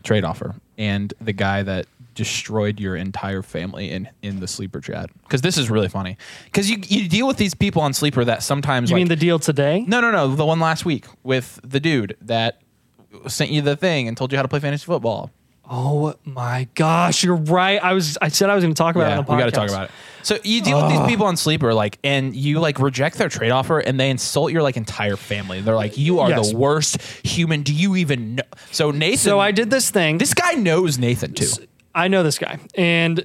trade offer and the guy that destroyed your entire family in in the sleeper chat because this is really funny because you you deal with these people on sleeper that sometimes You like, mean the deal today? No, no, no. The one last week with the dude that sent you the thing and told you how to play fantasy football. Oh my gosh, you're right. I was. I said I was going to talk about it. yeah, On the we got to podcast. talk about it. So you deal with these people on Sleeper, like, and you like reject their trade offer, and they insult your like entire family. They're like, "You are Yes. the worst human. Do you even know?" So Nathan, So I did this thing. This guy knows Nathan too. I know this guy, and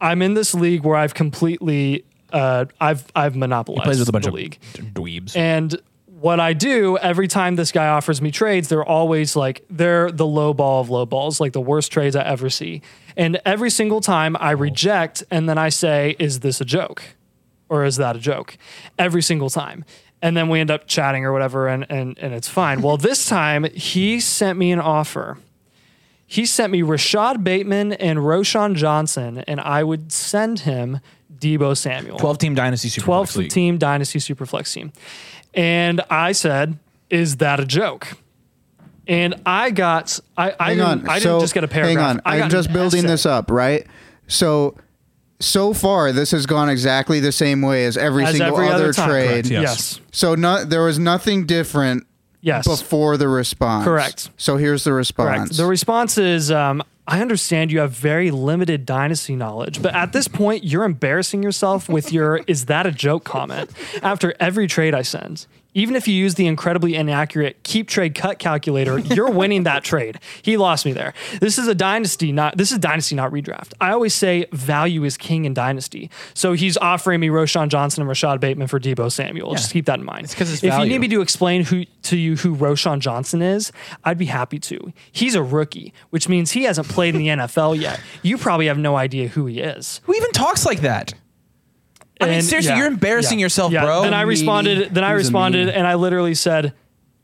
I'm in this league where I've completely, uh, I've I've monopolized Plays with a bunch the of league. dweebs. And what I do every time this guy offers me trades, they're always like they're the low ball of low balls, like the worst trades I ever see. And every single time I reject, and then I say, "Is this a joke, or is that a joke?" Every single time. And then we end up chatting or whatever, and and and it's fine. well, this time he sent me an offer. He sent me Rashad Bateman and Roshan Johnson, and I would send him Debo Samuel. Twelve team dynasty super. 12th team dynasty superflex team and i said is that a joke and i got i i hang didn't, on. I didn't so, just get a paragraph Hang on. I got I'm just an building essay. this up, right? So, so far, this has gone exactly the same way as every as single every other, other time. trade. Correct, yeah. yes So, no, there was nothing different yes, before the response. Correct. So here's the correct response. the response is um I understand you have very limited dynasty knowledge, but at this point, you're embarrassing yourself with your is that a joke comment after every trade I send. Even if you use the incredibly inaccurate keep trade cut calculator, you're winning that trade. He lost me there. This is a dynasty, not this is dynasty, not redraft. I always say value is king in dynasty. So he's offering me Roshan Johnson and Rashad Bateman for Debo Samuel. Just keep that in mind. 'cause it's if you value. need me to explain who to you who Roshan Johnson is, I'd be happy to. He's a rookie, which means he hasn't played in the NFL yet. You probably have no idea who he is. Who even talks like that? I mean, And- seriously, yeah, you're embarrassing yeah, yourself, yeah. bro. Then I responded. Then I He's a responded, meanie. and I literally said,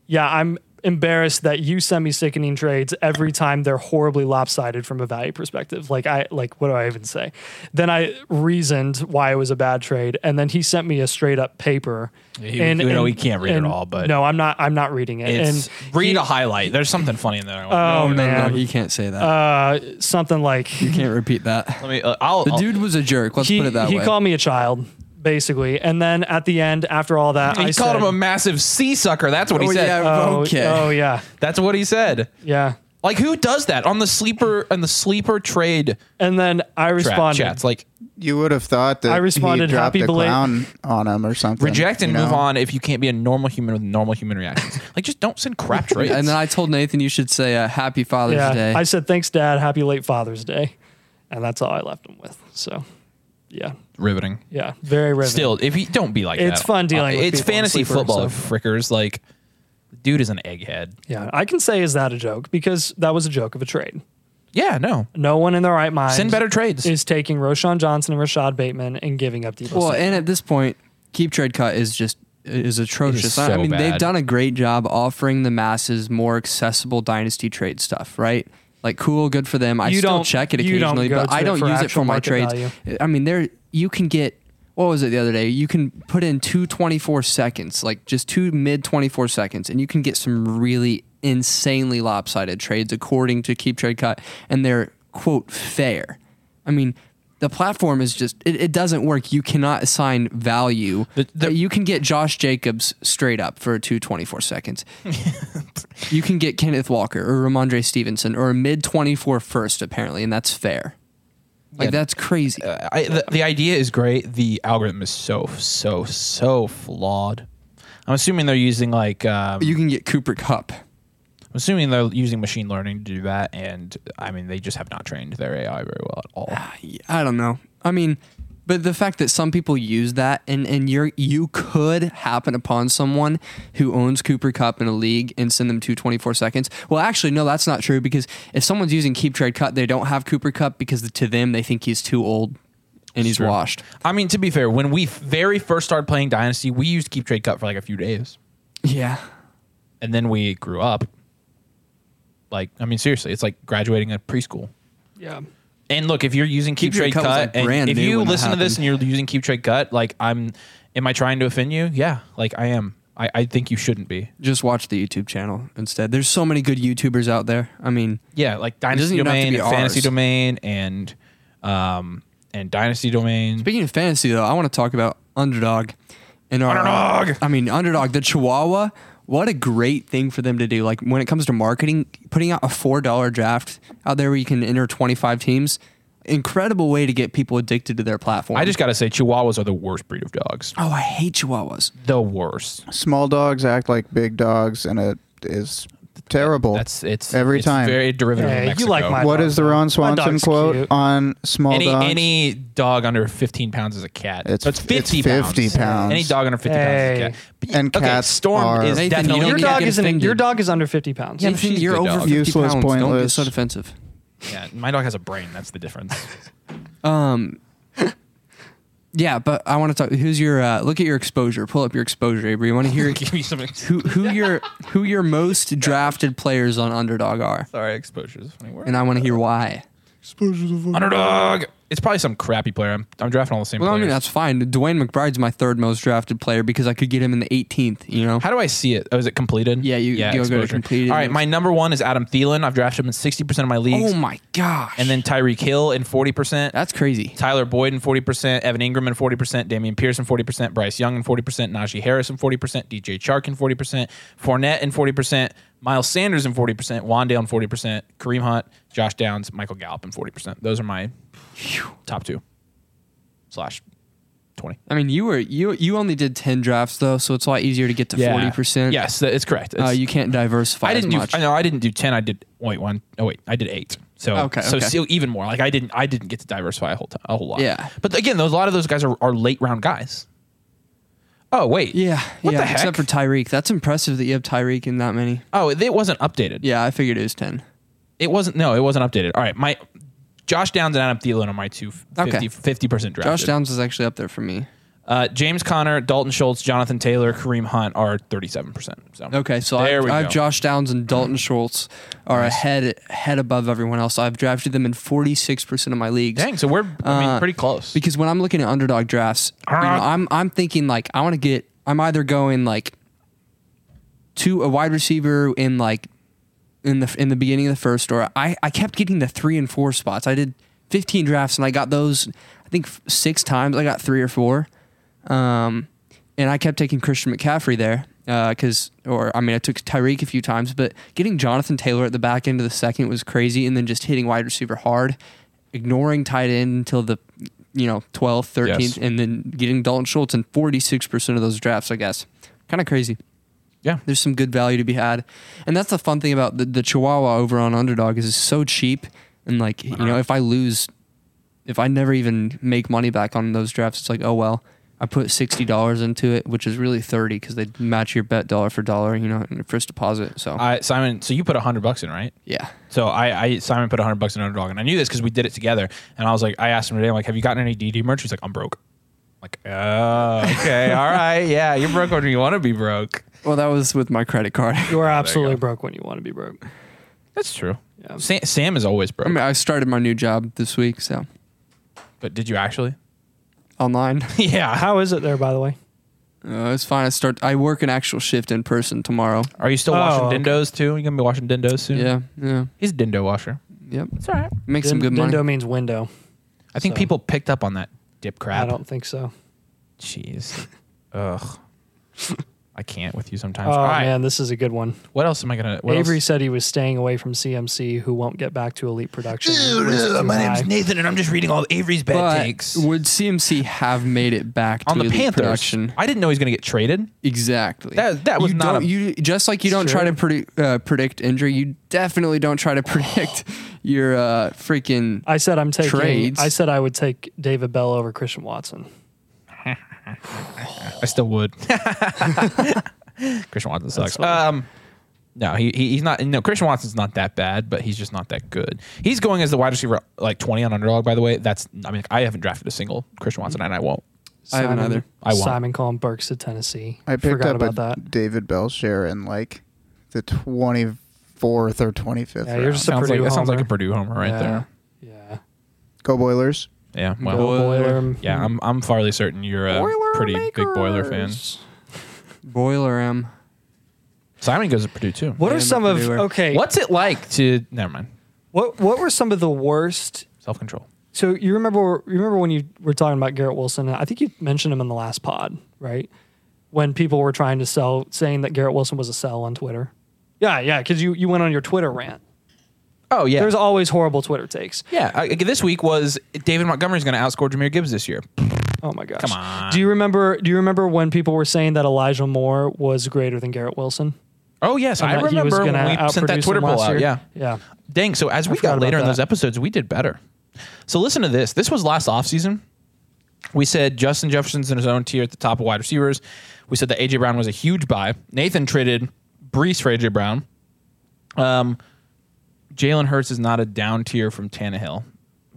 "Yeah, I'm." Embarrassed that you send me sickening trades every time they're horribly lopsided from a value perspective. Like I like what do I even say? Then I reasoned why it was a bad trade, and then he sent me a straight up paper. he- you know, he can't read it all, but- no, I'm not. I'm not reading it. It's, and read he- a highlight. There's something funny in there. I want- Oh no, man, no, you can't say that. uh, something like you can't repeat that. Let me. Uh, I'll. The I'll- dude was a jerk. Let's Oh. he, put it that he way. called me a child, basically. And then at the end, after all that, He I called said, him a massive sea sucker. That's what he Oh, said. yeah. oh, Okay. oh yeah, That's what he said. yeah. Like who does that on the sleeper on the sleeper trade And then I tra- responded, chats? Like You would have thought that I responded, he dropped "Happy a belate-" clown on him or something. Reject and you move know? on if you can't be a normal human with normal human reactions. like, just don't send crap trades. And then I told Nathan you should say uh, Happy Father's yeah, Day. I said thanks, Dad. Happy late Father's Day, and that's all I left him with. So, yeah, Riveting. yeah, very riveting. Still, if you don't be like It's that. Uh, fun dealing with It's people in fantasy sleeper, football, so. frickers. Like, dude is an egghead. yeah, I can say is that a joke because that was a joke of a trade. Yeah, no. No one in their right mind Send better trades. is taking Roshan Johnson and Rashad Bateman and giving up Debo. well, Samuel. and at this point, keep trade cut is just is atrocious. It is I- I so mean, bad. they've done a great job offering the masses more accessible dynasty trade stuff, right? Like cool, good for them. I You still don't- check it you don't occasionally, go but to I it don't for use it actual for my market trades. value. I mean, there you can get what was it the other day? You can put in two 24 seconds, like just two mid 24 seconds, and you can get some really insanely lopsided trades according to Keep Trade Cut, and they're quote fair. I mean, the platform is just it, it doesn't work. You cannot assign value. The- the- Uh, you can get Josh Jacobs straight up for two 24 seconds. you can get Kenneth Walker or Ramondre Stevenson or a mid 24 first apparently, and that's fair. Like Yeah. that's crazy. Uh, I, the, the idea is great. The algorithm is so, so, so flawed. I'm assuming they're using like um, you can get Cooper Cup. I'm assuming they're using machine learning to do that, and I mean they just have not trained their AI very well at all. Ah. I don't know. I mean, but the fact that some people use that and and you're you could happen upon someone who owns Cooper Cup in a league and send them to 24 seconds. Well, actually, no, that's not true because if someone's using Keep Trade Cut, they don't have Cooper Cup because to them they think he's too old and he's Sure. washed. I mean, to be fair, when we f- very first started playing Dynasty, we used Keep Trade Cut for like a few days, Yeah. and then we grew up. Like, I mean, seriously, it's like graduating at preschool. yeah, And look, if you're using Keep, Keep Trade Trade Cut Cut, was, like, and brand if new you when that listen to this and you're using Keep Trade Cut, like I'm, am I trying to offend you? Yeah, like I am. I, I think you shouldn't be. Just watch the YouTube channel instead. There's so many good YouTubers out there. I mean, Yeah, like doesn't Dynasty even have to Domain, be and Fantasy ours. Domain, and um, and Dynasty Domain. Speaking of fantasy, though, I want to talk about underdog and our Underdog! I mean, underdog the Chihuahua. What a great thing for them to do! Like when it comes to marketing, putting out a four dollar draft out there where you can enter twenty five teams. Incredible way to get people addicted to their platform. I just gotta say, Chihuahuas are the worst breed of dogs. oh, I hate Chihuahuas. The worst. Small dogs act like big dogs, and it is terrible. That's it's every it's time. very derivative. Hey, of you Mexico. like my- what is the Ron Swanson dog's quote cute. on small any dogs? any dog under 15 pounds is a cat. It's- That's it's 50 50 pounds. Any dog under 50 Hey. pounds is a cat. But- And cats Storm are- is Nathan, definitely you your don't Yeah, dog get is an, your offended. dog is under fifty pounds. Yeah, she's you're good over dog. fifty Useless, pounds. Don't get pointless. so defensive. yeah, my dog has a brain. That's the difference. Um, yeah, but I want to talk. Who's your uh, look at your exposure? Pull up your exposure, Avery. You want to hear Give me some. ex- who who your who your most drafted players on underdog are, Sorry, exposure is a funny word. and I want to hear why. Underdog. It's probably some crappy player. I'm, I'm drafting all the same Well, I players. mean that's fine. Dwayne McBride's my third most drafted player because I could get him in the 18th. You know, How do I see it? Oh, is it completed? Yeah, you- you'll go to exposure. completed. All right, my number one is Adam Thielen. I've drafted him in 60% of my leagues. oh my gosh! and then Tyreek Hill in 40%. that's crazy. Tyler Boyd in 40%, Evan Ingram in 40%, Damian Pierce in 40%, Bryce Young in 40%, Najee Harris in 40%, DJ Chark in 40%, Fournette in 40%, Miles Sanders in 40%, Wandale in 40%, Kareem Hunt, Josh Downs, Michael Gallup in 40%. Those are my top two slash 20. I mean, you were you you only did 10 drafts though, so it's a lot easier to get to 40. percent Yes, that- it's correct. uh, It's- you can't diversify. I didn't as do. much. I know I didn't do ten. I did wait one. Oh wait, I did eight. So Okay, so okay. still even more. Like I didn't. I didn't get to diversify a whole time, a whole lot. Yeah. But again, those a lot of those guys are, are late round guys. Oh wait. Yeah, What yeah. the heck? Except for Tyreek, that's impressive that you have Tyreek in that many. oh, it, it wasn't updated. Yeah, I figured it was 10. It wasn't. No, it wasn't updated. All right, my Josh Downs and Adam Thielen are my two Okay. 50 percent drafted. Josh Downs is actually up there for me. Uh, James Connor, Dalton Schultz, Jonathan Taylor, Kareem Hunt are thirty seven percent. So Okay, so there I, we I have go. Mm-hmm. Josh Downs and Dalton Schultz are ahead head above everyone else. I've drafted them in 46% of my leagues. Dang, so we're I mean Uh, pretty close. Because when I'm looking at underdog drafts, you know, Underdog. I'm I'm thinking like I want to get I'm either going like to a wide receiver in like in the in the beginning of the first or I I kept getting the 3 and 4 spots. I did 15 drafts and I got those I think f- 6 times I got 3 or 4. Um and I kept taking Christian McCaffrey there because, or I mean, I took Tyreek a few times, but getting Jonathan Taylor at the back end of the second was crazy, and then just hitting wide receiver hard, ignoring tight end until the you know, 12th, 13th, Yes. and then getting Dalton Schultz in 46% of those drafts, I guess. Kind of crazy. Yeah. There's some good value to be had. And that's the fun thing about the, the Chihuahua over on Underdog is it's so cheap. And like, you Uh-huh. know, if I lose, if I never even make money back on those drafts, it's like, oh, well, I put $60 into it, which is really 30 because they match your bet dollar for dollar, you know, in your first deposit. So, I, Simon, so you put a hundred bucks in, right? yeah. So I, I Simon put a hundred bucks in underdog, and I knew this because we did it together. And I was like, I asked him today, I'm like, have you gotten any DD merch? He's like, I'm broke. I'm like, oh, okay, all right, yeah, you're broke when you want to be broke. Well, that was with my credit card. You are absolutely go. broke when you want to be broke. That's true. Yeah. Sam, Sam is always broke, I mean, I started my new job this week, so but did you actually? online. yeah. How is it there, by the way? Uh, it's fine. I start. I work an actual shift in person tomorrow. Are you still Oh, washing okay. dindos too? You gonna be washing dindos soon? Yeah, yeah, He's a dindo washer. yep. It's all right. Make some good Din- money. Dindo means window. I think So- people picked up on that dip crab. I don't think so. Jeez. Ugh. I can't with you sometimes. Oh all right. man, this is a good one. What else am I gonna? What Avery else? said he was staying away from CMC, who won't get back to elite production. Risk uh, uh, too high. Nathan, and I'm just reading all of Avery's bad but would CMC have made it back to on the elite Panthers. production? I didn't know he was going to get traded. Exactly. That- that was you not Don't, a- you just like you don't try to predict, uh, predict injury. You definitely don't try to predict your uh, freaking. I said I'm taking. Trades. I said I would take David Bell over Christian Watson. I still would. Christian Watson sucks. funny. Um, no, he, he he's not. No, Christian Watson's not that bad, but he's just not that good. He's going as the wide receiver like 20 on underdog. By the way, that's. I mean, I haven't drafted a single Christian Watson, and I won't. I haven't Simon- either. I won't. Simon Colin Burks to Tennessee. I picked up Forgot about a that. David Bell share in like the 24th or 25th. Yeah, round. you're just a Sounds like, Purdue that sounds like a homer. Purdue homer right yeah. there. Yeah. Go Boilers. Yeah. Well. Bill Boiler. Boiler. Yeah, I'm I'm fairly certain you're a pretty big Boiler fan. Boiler M. Simon goes to Purdue too. What Yeah, are some not of everywhere. okay? What's it like to? Never mind. What What were some of the worst? Self control. So you remember you remember when you were talking about Garrett Wilson? I think you mentioned him in the last pod, right? When people were trying to sell, saying that Garrett Wilson was a sell on Twitter. Yeah, yeah, because you you went on your Twitter rant. Oh yeah. There's always horrible Twitter takes. Yeah, I, this week was David Montgomery's going to outscore Jameer Gibbs this year. Oh my gosh! Come on. Do you remember? Do you remember when people were saying that Elijah Moore was greater than Garrett Wilson? Oh yes, I And that he was remember when gonna we sent outproduce him that Twitter poll last out. year? Yeah, yeah. dang. So as we forgot got about later in that. those episodes, we did better. So listen to this. This was last offseason. We said Justin Jefferson's in his own tier at the top of wide receivers. We said that AJ Brown was a huge buy. Nathan traded Brees for AJ Brown. Um, Jalen Hurts is not a down tier from Tannehill.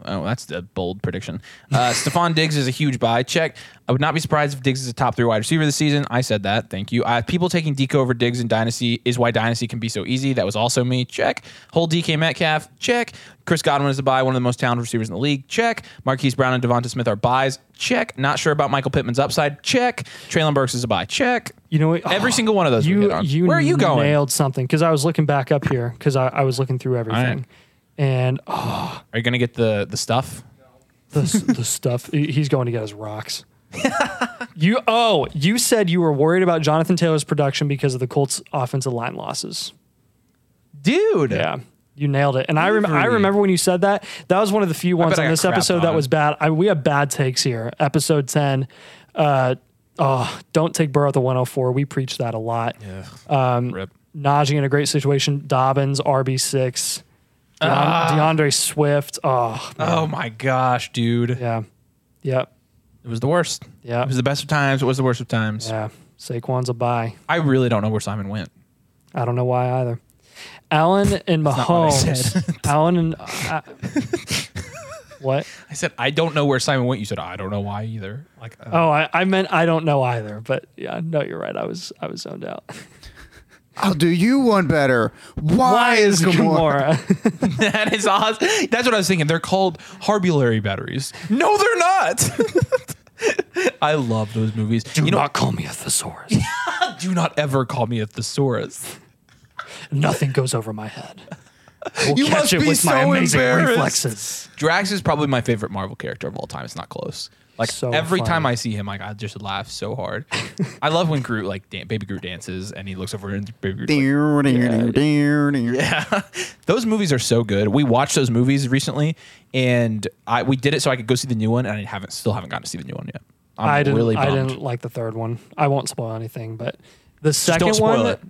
Oh, that's a bold prediction. Uh, Stephon Diggs is a huge buy check. I would not be surprised if Diggs is a top three wide receiver this season. I said that. Thank you. Uh, people taking Deco over Diggs in Dynasty is why Dynasty can be so easy. That was also me. Check. Whole DK Metcalf. Check. Chris Godwin is a buy, one of the most talented receivers in the league. Check. Marquise Brown and Devonta Smith are buys. Check. Not sure about Michael Pittman's upside. Check. Traylon Burks is a buy. Check. You know what? Every single one of those we You, hit on. you Where are you going? Nailed something because I was looking back up here because I, I was looking through everything, and oh, Are you going to get the the stuff? the s- the stuff he- he's going to get his rocks. you oh you said you were worried about Jonathan Taylor's production because of the Colts' offensive line losses. Dude. Yeah. You nailed it, and I, rem- I remember when you said that. That was one of the few ones bet I on got this crapped episode that on. was bad. I, we have bad takes here. Episode ten, uh, oh, don't take Burrow at the 104. We preach that a lot. Um, Rip. Najee in a great situation. Dobbins, RB6. Deon- Ah. DeAndre Swift. Oh, Oh my gosh, dude. yeah. Yep. It was the worst. Yeah. It was the best of times. It was the worst of times. Yeah. Saquon's a buy. I really don't know where Simon went. I don't know why either. Allen and not what I Mahomes. said. Allen and. uh, what? I said, I don't know where Simon went. You said, I don't know why either. Like, uh, Oh, I, I meant I don't know either, but yeah, no, you're right. I was I was zoned out. I'll do you one better. Why, is Gamora? Gamora? that is awesome. That's what I was thinking. They're called Harbulary batteries. No, they're not. I love those movies. you know, call me a thesaurus. do not ever call me a thesaurus. Nothing goes over my head. We'll You must catch it be with my so amazing embarrassed. reflexes. Drax is probably my favorite Marvel character of all time. It's not close. Like So every funny. time I see him, like I just laugh so hard. I love when Groot, like dan- baby Groot, dances and he looks over and baby Groot's like, yeah. those movies are so good. We watched those movies recently, and I we did it so I could go see the new one, and I haven't still haven't gotten to see the new one yet. I'm I didn't. really I bummed. didn't like the third one. I won't spoil anything, but the don't second spoil one, it.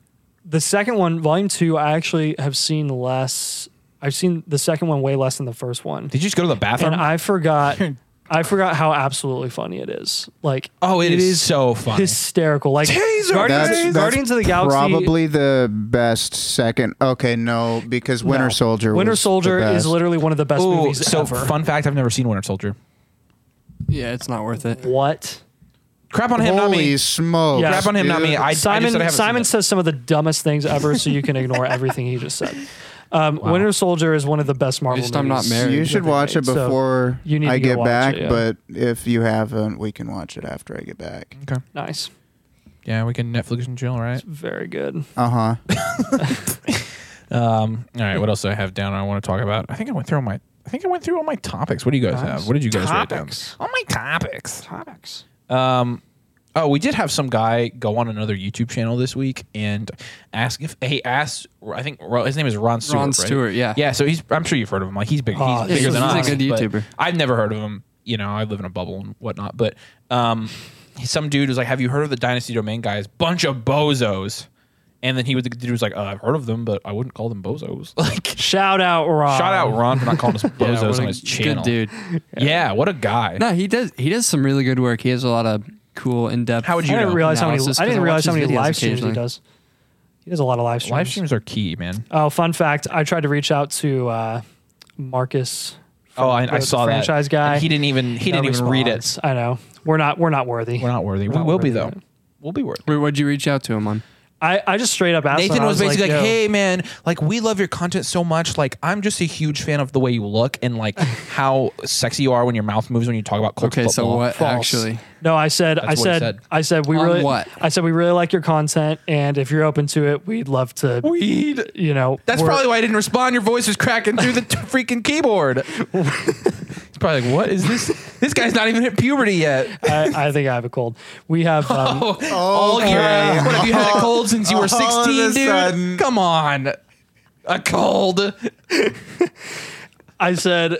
the second one, volume two, I actually have seen less. I've seen the second one way less than the first one, Did you just go to the bathroom? and I forgot. I forgot how absolutely funny it is. Like, oh, it is, so funny. hysterical. Like, Taser Guardians, That's- Guardians of the Galaxy. Probably the best second. Okay, no, because Winter No. Soldier. Winter was the Soldier is best. literally one of the best Ooh, movies so ever. fun fact: I've never seen Winter Soldier. Yeah, it's not worth it. What? Crap on him, not Holy me. smokes! Yeah. Crap on him, not dude. me. I- just said Simon haven't seen Simon it. says some of the dumbest things ever, so you can ignore everything he just said. Um, Winter Soldier is one of the best Marvel. At least I'm not movies. married. you should watch it So, before you need to I go get watch back. it, yeah. But if you haven't, we can watch it after I get back. Okay. Nice, Yeah, we can Netflix and chill, right? very good. Uh huh. Um, all right. What else do I have down? I want to talk about. I think I went through all my. I think I went through all my topics. What do you guys Nice. have? What did you guys Topics. write down? All my topics. Topics. Um, oh, we did have some guy go on another YouTube channel this week and ask if he asked. I think Ro- his name is Ron Stewart. Ron right? Stewart, yeah. yeah. So he's. I'm sure you've heard of him. Like he's big. Oh, he's bigger he's than a us. good but YouTuber. I've never heard of him. You know, I live in a bubble and whatnot. But um, some dude was like, "Have you heard of the Dynasty Domain guys? Bunch of bozos." And then he was the dude was like, uh, "I've heard of them, but I wouldn't call them bozos." Like, Shout out Rob. shout out Ron for not calling us bozos what a on his channel. Good dude. Yeah. what a guy. No, he does. He does some really good work. He has a lot of cool in depth. How would I you didn't know? realize how many. Analysis, I 'cause didn't I realize how watch many his videos live streams he occasionally. does. He does a lot of live streams. Live streams are key, man. Oh, fun fact! I tried to reach out to uh, Marcus. from Oh, I, I the saw that franchise guy. And he didn't even he No didn't even read it. response. I know. We're not. We're not worthy. We're not worthy. We're we not will be though. worthy. We'll be worthy. Wait, what'd you reach out to him on? I, I just straight up asked. him, Nathan I was basically like, "Yo, "Hey man, like we love your content so much. Like I'm just a huge fan of the way you look and like how sexy you are when your mouth moves when you talk about culture Okay, so football." what False. actually? No, I said, I what he said, said. I said, we On really, what? I said, we really like your content, and if you're open to it, we'd love to, Weed. you know. Oh, That's we're- probably why I didn't respond. Your voice was cracking through the t- freaking keyboard. It's probably like, "What is this? This guy's not even hit puberty yet." I, I think I have a cold. We have, um, Oh, all year. What have you had a cold since you were All of a 16, dude? sudden. Come on. A cold. I said,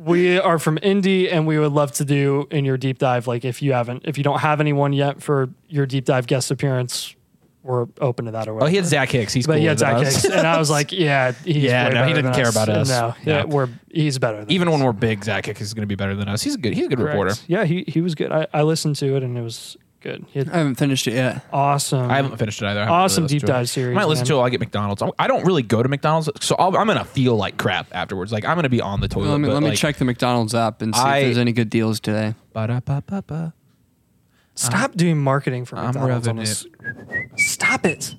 we are from indie, and we would love to do in your deep dive. Like, if you haven't, if you don't have anyone yet for your deep dive guest appearance, we're open to that or Oh, whatever. he had Zach Hicks. He's but cool yeah, Zach us. Hicks. and I was like, yeah, he's Yeah, way no, he better didn't than care about us. No, yeah, No. we're he's better. Than Even us. when we're big, Zach Hicks is going to be better than us. He's a good. He's a good Correct. reporter. Yeah, he he was good. I, I listened to it and it was good. He had I haven't finished it yet. awesome. I haven't finished it either. I haven't Mm-hmm. Awesome listened deep to it. dive I series, might listen man. to it. while I get McDonald's. I don't really go to McDonald's, so I'll, I'm going to feel like crap afterwards. Like I'm going to be on the toilet. Let me but, let me like, check the McDonald's app and see I- if there's any good deals today. ba-da-ba-ba-ba. Stop doing marketing for I'm McDonald's on revving this. Stop it.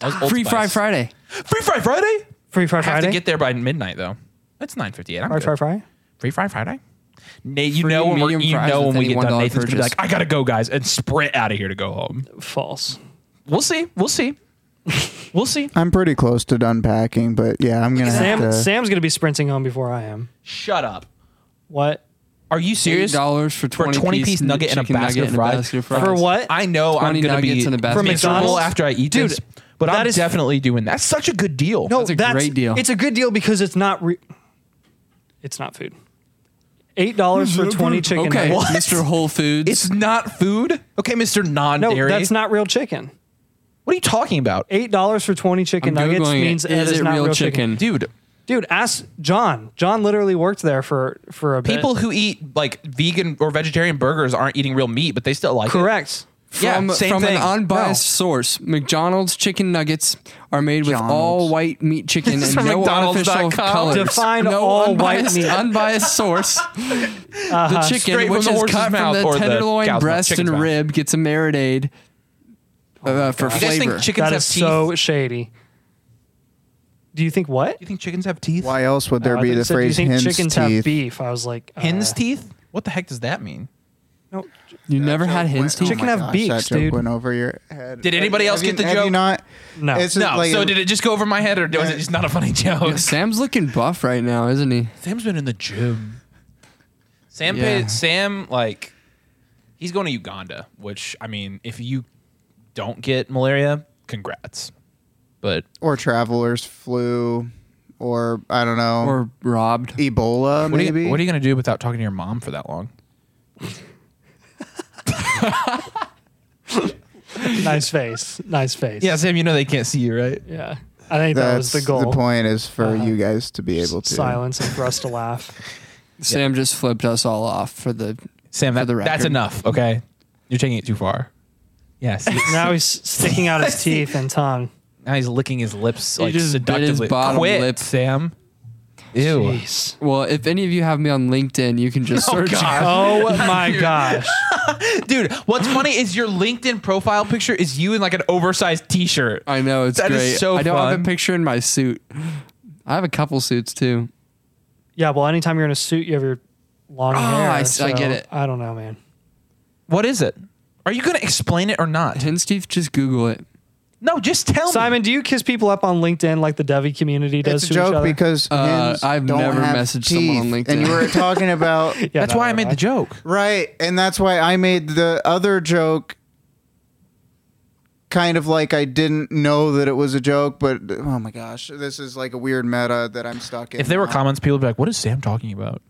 That was Old Free Fry Spice. Friday. Free Fry Friday. Free Fry I have Friday. to get there by midnight though. It's 9:58. I'm Fry good. Fry Fry. Free Fry Friday. Nate, you Free know when we're, medium you fries know with when we any get done. $1 Nathan's gonna be purchase. like, "I gotta go, guys," and sprint out of here to go home. False. We'll see. We'll see. we'll see. I'm pretty close to done packing, but yeah, I'm gonna Sam have to. Sam's gonna be sprinting home before I am. Shut up. What? Are you serious? dollars for For a twenty 20 piece nugget and a chicken basket of and a fries? basket of For fries. For what? I know I'm 20 gonna be nuggets in a basket. For miserable McDonald's? after I eat Dude, this, but I'm that is- definitely doing that. That's such a good deal. No, That's a great deal. It's a good deal because it's not. Re- it's not food. Eight dollars for twenty chicken. Okay, nuggets. What? Mr. Whole Foods. it's not food. Okay, Mister No, Non-Dairy. that's not real chicken. What are you talking about, Eight dollars for twenty chicken I'm nuggets Googling it. means that Is is it not real real chicken? dude? Dude, ask John. John literally worked there for for a bit. People who eat like vegan or vegetarian burgers aren't eating real meat, but they still like it. Correct. Yeah, from, same from thing. an unbiased source, McDonald's chicken nuggets are made with all white meat chicken This is and from no artificial McDonald's.com. colors. Define no all white unbiased, meat. Unbiased source. the Straight chicken, from which the is horse's cut mouth from or the the tenderloin, cow's mouth, breast, chicken's and mouth. rib, gets a marinade uh, for You guys flavor. think chickens That have is teeth? so shady. Do you think what? you think chickens have teeth? why else would there Uh, I be thought you the said, phrase Do you think "hens chickens have teeth"? beef? I was like, uh, Hens teeth? What the heck does that mean? No, you never had hens Oh teeth? Chicken have beaks, oh that joke dude. Went over your head. Did anybody Have else you- get the have joke? You not. no. It's No. just like so a- did it just go over my head, or was it just not a funny joke? Sam's looking buff right now, isn't he? Sam's been in the gym. Sam Yeah. paid Sam like He's going to Uganda, which I mean, if you don't get malaria, congrats. But or travelers flu, or I don't know, or Um, robbed. Ebola what are, maybe. you, what are you going to do without talking to your mom for that long? nice face. Nice face. Yeah, Sam, you know they can't see you, right? Yeah. I think that That's was the goal. point is for Uh, you guys to be able to Silence and for us to laugh. Sam just flipped us all off for the. Sam, For that, the that's record. enough, okay? You're taking it too far. Yes. now he's sticking out his teeth and tongue. now he's licking his lips He like just bit his seductively. bottom Quit, lip. Sam. Ew. Jeez. Well, if any of you have me on LinkedIn, you can just search. God. Oh my gosh. Dude, what's funny is your LinkedIn profile picture is you in like an oversized t-shirt. I know it's That is great. so I don't have fun. a picture in my suit. I have a couple suits too. Yeah, well, anytime you're in a suit, you have your long hair. I s- I get it. I don't know, man. What is it? Are you going to explain it or not? Ten Steve, just Google it. No, just tell me. Simon, do you kiss people up on LinkedIn like the Devi community does It's a to each joke other? because Uh, hens I've don't never have messaged someone on teeth. LinkedIn. And you were talking about Yeah, That's no, why I made no. the joke. right, and that's why I made the other joke. Kind of like I didn't know that it was a joke, but oh my gosh, this is like a weird meta that I'm stuck in. If there were now. comments, people would be like, what is Sam talking about?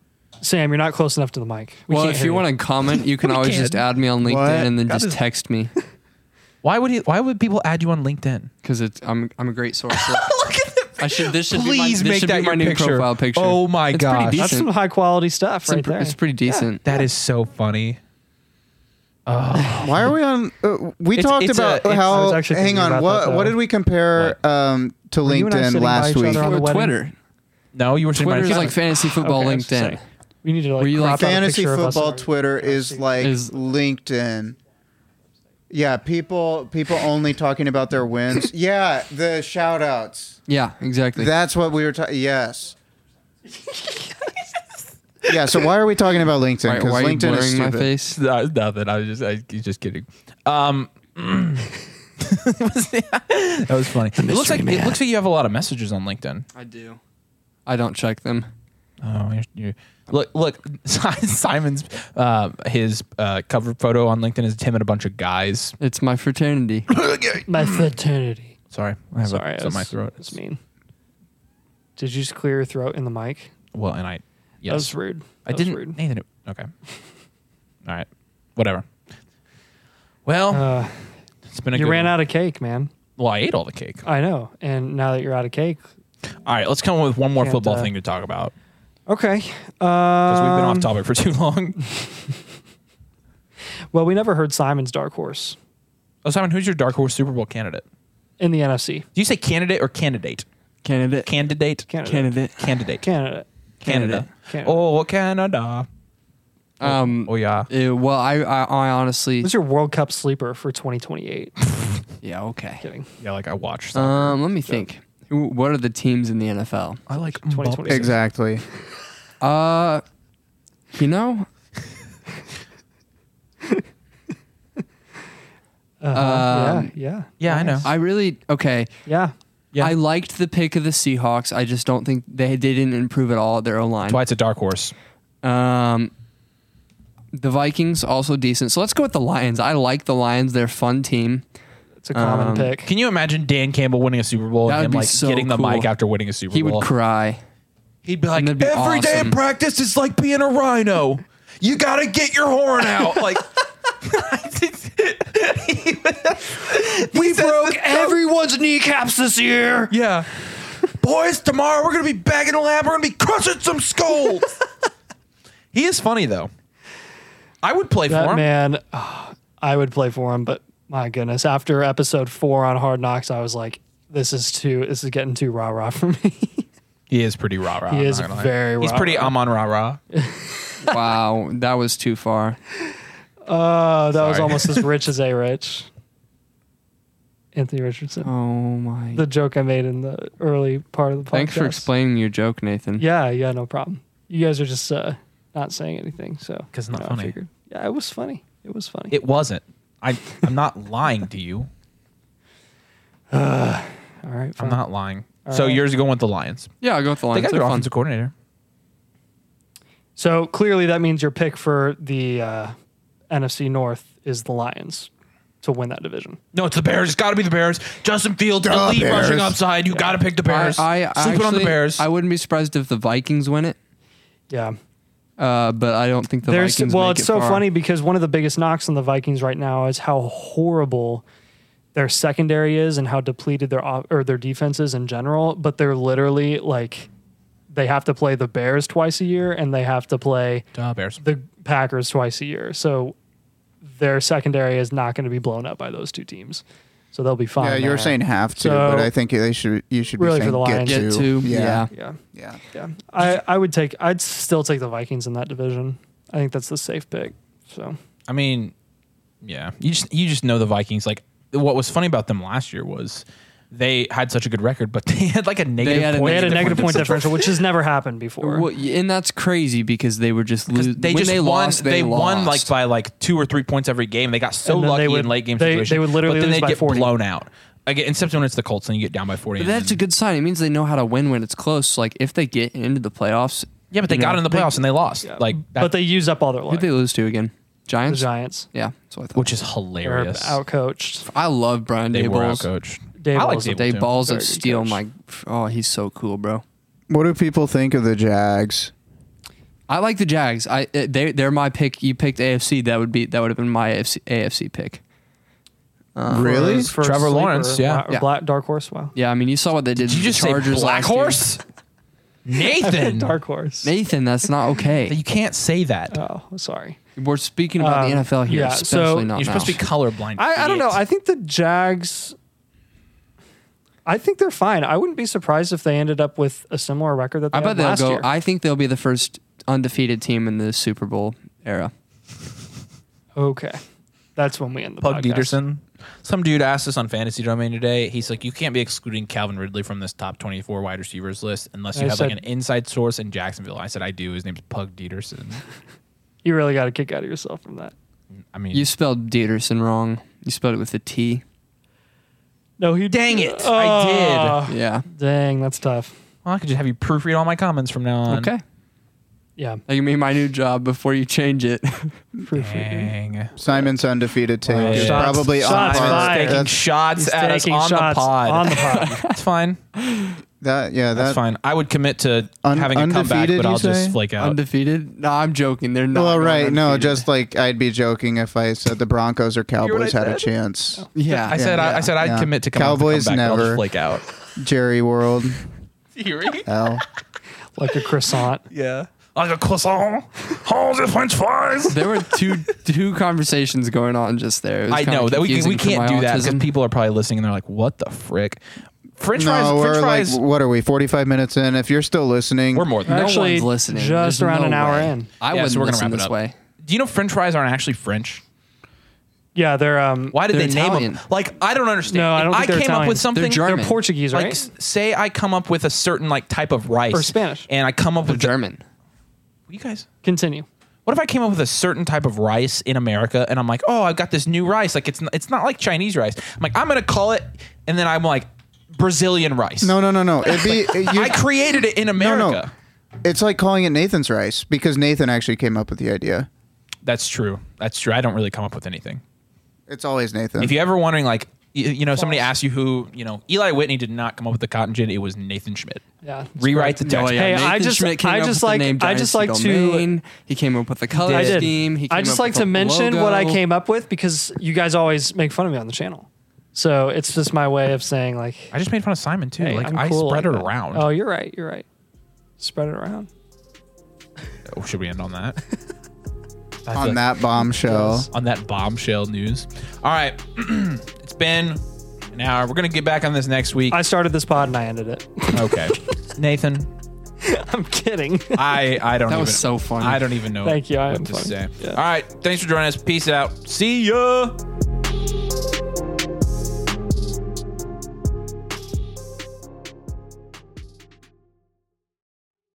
Sam, you're not close enough to the mic. We well, can't if hear you want to comment, you can We always can. just add me on LinkedIn What? and then God just is- text me Why would he, why would people add you on LinkedIn? because it's I'm I'm a great source. of- Look at the I should this should Please be my, this make should that be my your new picture. profile picture. Oh my it's pretty gosh. decent. That's some high quality stuff It's, right imp- there. it's pretty decent. That is so funny. Why are we on? Uh, we It's- talked it's a- about it's- I how. was actually Hang thinking on. about What that, what though. did we compare um, to you and I LinkedIn sitting by last each other week? on Or the wedding- Twitter. No, you were saying my Twitter's like like fantasy football Okay, I was just LinkedIn. saying. We need to like, Were you, like, crop out a Fantasy picture of us football on our- Twitter is like Is- LinkedIn. Yeah, people people only talking about their wins. yeah, the shout outs. Yeah, exactly. That's what we were talking. Yes. yeah. So why are we talking about LinkedIn? why, Because why are you LinkedIn is blurring my stupid. face? No, nothing. I was just I, he's just kidding. Um, that was funny. It looks like mystery it looks like you have a lot of messages on LinkedIn. I do. I don't check them. Oh, you're, you're, look, look. Simon's uh, his uh, cover photo on LinkedIn is him and a bunch of guys. It's my fraternity. My fraternity. Sorry, I have Sorry, a, I it's in was, my throat. That's mean. Did you just clear your throat in the mic? Well, and I yes, That was rude. I That was didn't. rude. Nathan, it- okay. All right, whatever. Well, Uh, it's been a you good ran one. out of cake, man. Well, I ate all the cake. I know. And now that you're out of cake, All right, let's come up with one more Can't, football uh, thing to talk about okay. because we've been off Um, topic for too long. Well, we never heard Simon's dark horse Oh, Simon, who's your dark horse Super Bowl candidate? in the NFC. Do you say candidate or candidate? Candidate. Candidate. Canada. Candidate. Candidate. Canada. Canada. Canada. Oh, Canada. Um. Oh, yeah. eh, well, I, I, I honestly. Who's your World Cup sleeper for 2028? Yeah. Okay. Kidding. Yeah, like I watched. Uh, that. Um. Let me think. Who- What are the teams in the NFL? I like 2020. Mbappe. Exactly. Uh. You know. Uh-huh. Um, yeah. Yeah. Yeah, I know. I really okay. Yeah. Yeah. I liked the pick of the Seahawks. I just don't think they, they didn't improve at all at their own line. That's why it's a dark horse. Um, the Vikings also decent. So let's go with the Lions. I like the Lions. They're a fun team. It's a common Um, pick. Can you imagine Dan Campbell winning a Super Bowl That'd and him be like so getting the cool. mic after winning a Super He Bowl? would cry. He'd be like, And every that'd be day awesome." in practice is like being a rhino. You gotta get your horn out. Like We broke everyone's kneecaps this year. Yeah. Boys, tomorrow we're gonna be back in the lab. We're gonna be crushing some skulls. he is funny though. I would play for that him. man, ah, I would play for him, but my goodness, after episode four on Hard Knocks, I was like, this is too, this is getting too rah rah for me. He is pretty rah rah. He is very He's rah-rah. pretty Amon rah rah. wow, that was too far. Oh, that was Sorry. almost as rich as A Rich. Anthony Richardson. Oh my. The joke I made in the early part of the podcast. Thanks for explaining your joke, Nathan. Yeah, yeah, no problem. You guys are just uh, not saying anything, so 'Cause it's not you know, I funny. figured- Yeah, it was funny. It was funny. It wasn't. I I'm not lying to you. All right, I'm fine. not lying. so right. yours going with the Lions. Yeah, I'll go with the They Lions. got They're their fun. offensive coordinator. So clearly, that means your pick for the uh, NFC North is the Lions to win that division. No, it's the Bears. It's got to be the Bears. Justin Fields, Duh, elite Bears. rushing upside. You got to pick the Bears. I, I Sleeping on the actually- Bears. I wouldn't be surprised if the Vikings win it, Yeah. uh, but I don't think the There's Vikings. well, make it's it so far. funny because one of the biggest knocks on the Vikings right now is how horrible their secondary is and how depleted their off, or their defense is in general. But they're literally like they have to play the Bears twice a year and they have to play Duh, Bears. the Packers twice a year. So their secondary is not going to be blown up by those two teams. So they'll be fine. yeah, you were there. saying have to, So- but I think they should. You should be Really for saying the Lions. Get to, yeah. yeah, yeah. yeah. I, I would take. I'd still take the Vikings in that division. I think that's the safe pick. So I mean, yeah, you just you just know the Vikings. Like what was funny about them last year was they had such a good record, but they had like a negative had a point. they had a Negative negative point point differential, which has never happened before. Well, y- and that's crazy because they were just Because losing. they just they won. lost, they they won like lost. by like two or three points every game. They got so And then lucky they would- in late game they- situation. they would literally but then lose they by get 40. blown out again. Except when it's the Colts and you get down by forty. But and that's then- a good sign. It means they know how to win when it's close. Like if they get into the playoffs, Yeah, but they you got know, in the playoffs and they lost. Yeah. Like, that, but they use up all their luck. Who'd they lose to again? the Giants. Giants Yeah, that's what I thought. which is are hilarious. outcoached. I love Brian they were Dayball. outcoached. Dayball's I like the- Dayball Day too. balls Very of good steel. coach. My oh, he's so cool, bro. What do people think of the Jags? I like the Jags. I uh, they they're my pick. You picked AFC. That would be that would have been my AFC, AFC pick. Uh, Really? For Trevor Lawrence, yeah. Wow, Yeah. Black Dark Horse. Wow. yeah, I mean you saw what they did. Did to you the just Chargers say black last year. horse? Nathan, Dark Horse. Nathan, that's not okay. you can't say that. Oh, sorry. We're speaking about Um, the NFL here, yeah, so especially not You're now. supposed to be colorblind. I, I don't know. idiot. I think the Jags. I think they're fine. I wouldn't be surprised if they ended up with a similar record that they I had bet they'll last go. year. I think they'll be the first undefeated team in the Super Bowl era. okay, that's when we end the Pug podcast. Peterson. Some dude asked us on Fantasy Domain today. He's like, you can't be excluding Calvin Ridley from this top 24 wide receivers list unless you I have like said- an inside source in Jacksonville. I said, I do. His name's Pug Peterson. You really got to kick out of yourself from that. I mean, You spelled Dieterson wrong. You spelled it with a T. No, he. Dang it, I Oh, Yeah. Dang, that's tough. well, I could just have you proofread all my comments from now on. Okay. Yeah. That can be my new job before you change it. Proofreading. Dang. Simon's undefeated take Wow. is Shots- probably shots on par. fired. Taking That's- shots He's at taking us on shots the pod. on the pod. That's fine. that yeah, That's that, fine. I would commit to Un- having a comeback, undefeated, but you I'll say? just flake out. Undefeated? No, I'm joking. They're not. Well, going right. No, undefeated. just like I'd be joking if I said the Broncos or what Cowboys I had a said? chance. yeah. I said, I, I said I'd yeah. commit to coming up with a Cowboys comeback, but I'll just never. flake out. Jerry World. Theory? L. like a croissant. Yeah. Like a croissant. Holes and french fries. there were two two conversations going on just there. It was I kinda know that we, we confusing for can't my do that because autism. people are probably listening and they're like, what the frick? French fries, No, french we're like, fries, what are we? Forty-five minutes in. If you're still listening, we're more than that. no Actually, one's listening. just There's around no an hour way. in. I Yeah, wouldn't so we're gonna listen wrap it this up. way. Do you know french fries aren't actually French? Yeah, they're um. Why did They're they name Italian. them? Like, I don't understand. No, I don't If think they're came up Italian. with something. They're German. They're Portuguese, Like, right? s- say I come up with a certain like type of rice Or Spanish. and I come up They're with German. you guys. Continue. What if I came up with a certain type of rice in America and I'm like, oh, I've got this new rice. Like it's not, it's not like Chinese rice. I'm like, I'm gonna call it, and then I'm like, Brazilian rice. No, no, no, no. It'd be you, I created it in no, America. no. It's like calling it Nathan's rice because Nathan actually came up with the idea. That's true. That's true. I don't really come up with anything. It's always Nathan. If you're ever wondering, like, you, you know, somebody asked you who, you know, Eli Whitney did not come up with the cotton gin. It was Nathan Schmidt. Yeah. Rewrite the text. Oh, yeah, Hey, I Nathan just- Schmidt came I up just with the like- name I just like Dynasty to- Domain. He came up with the color I did. scheme. He came I just up like with to the mention logo. what I came up with because you guys always make fun of me on the channel. So it's just my way of saying like, I just made fun of Simon too. hey, like I'm I cool spread like it that. around. Oh, you're right. You're right. Spread it around. Oh, should we end on that? I feel on like- that bombshell. Yes. on that bombshell news. All right, it's been an hour. We're gonna get back on this next week. I started this pod and I ended it. okay, Nathan. I'm kidding. I I don't. That was even- so funny. I don't even know. Thank you, I what am to funny. say. Yeah. All right. Thanks for joining us. Peace out. See ya.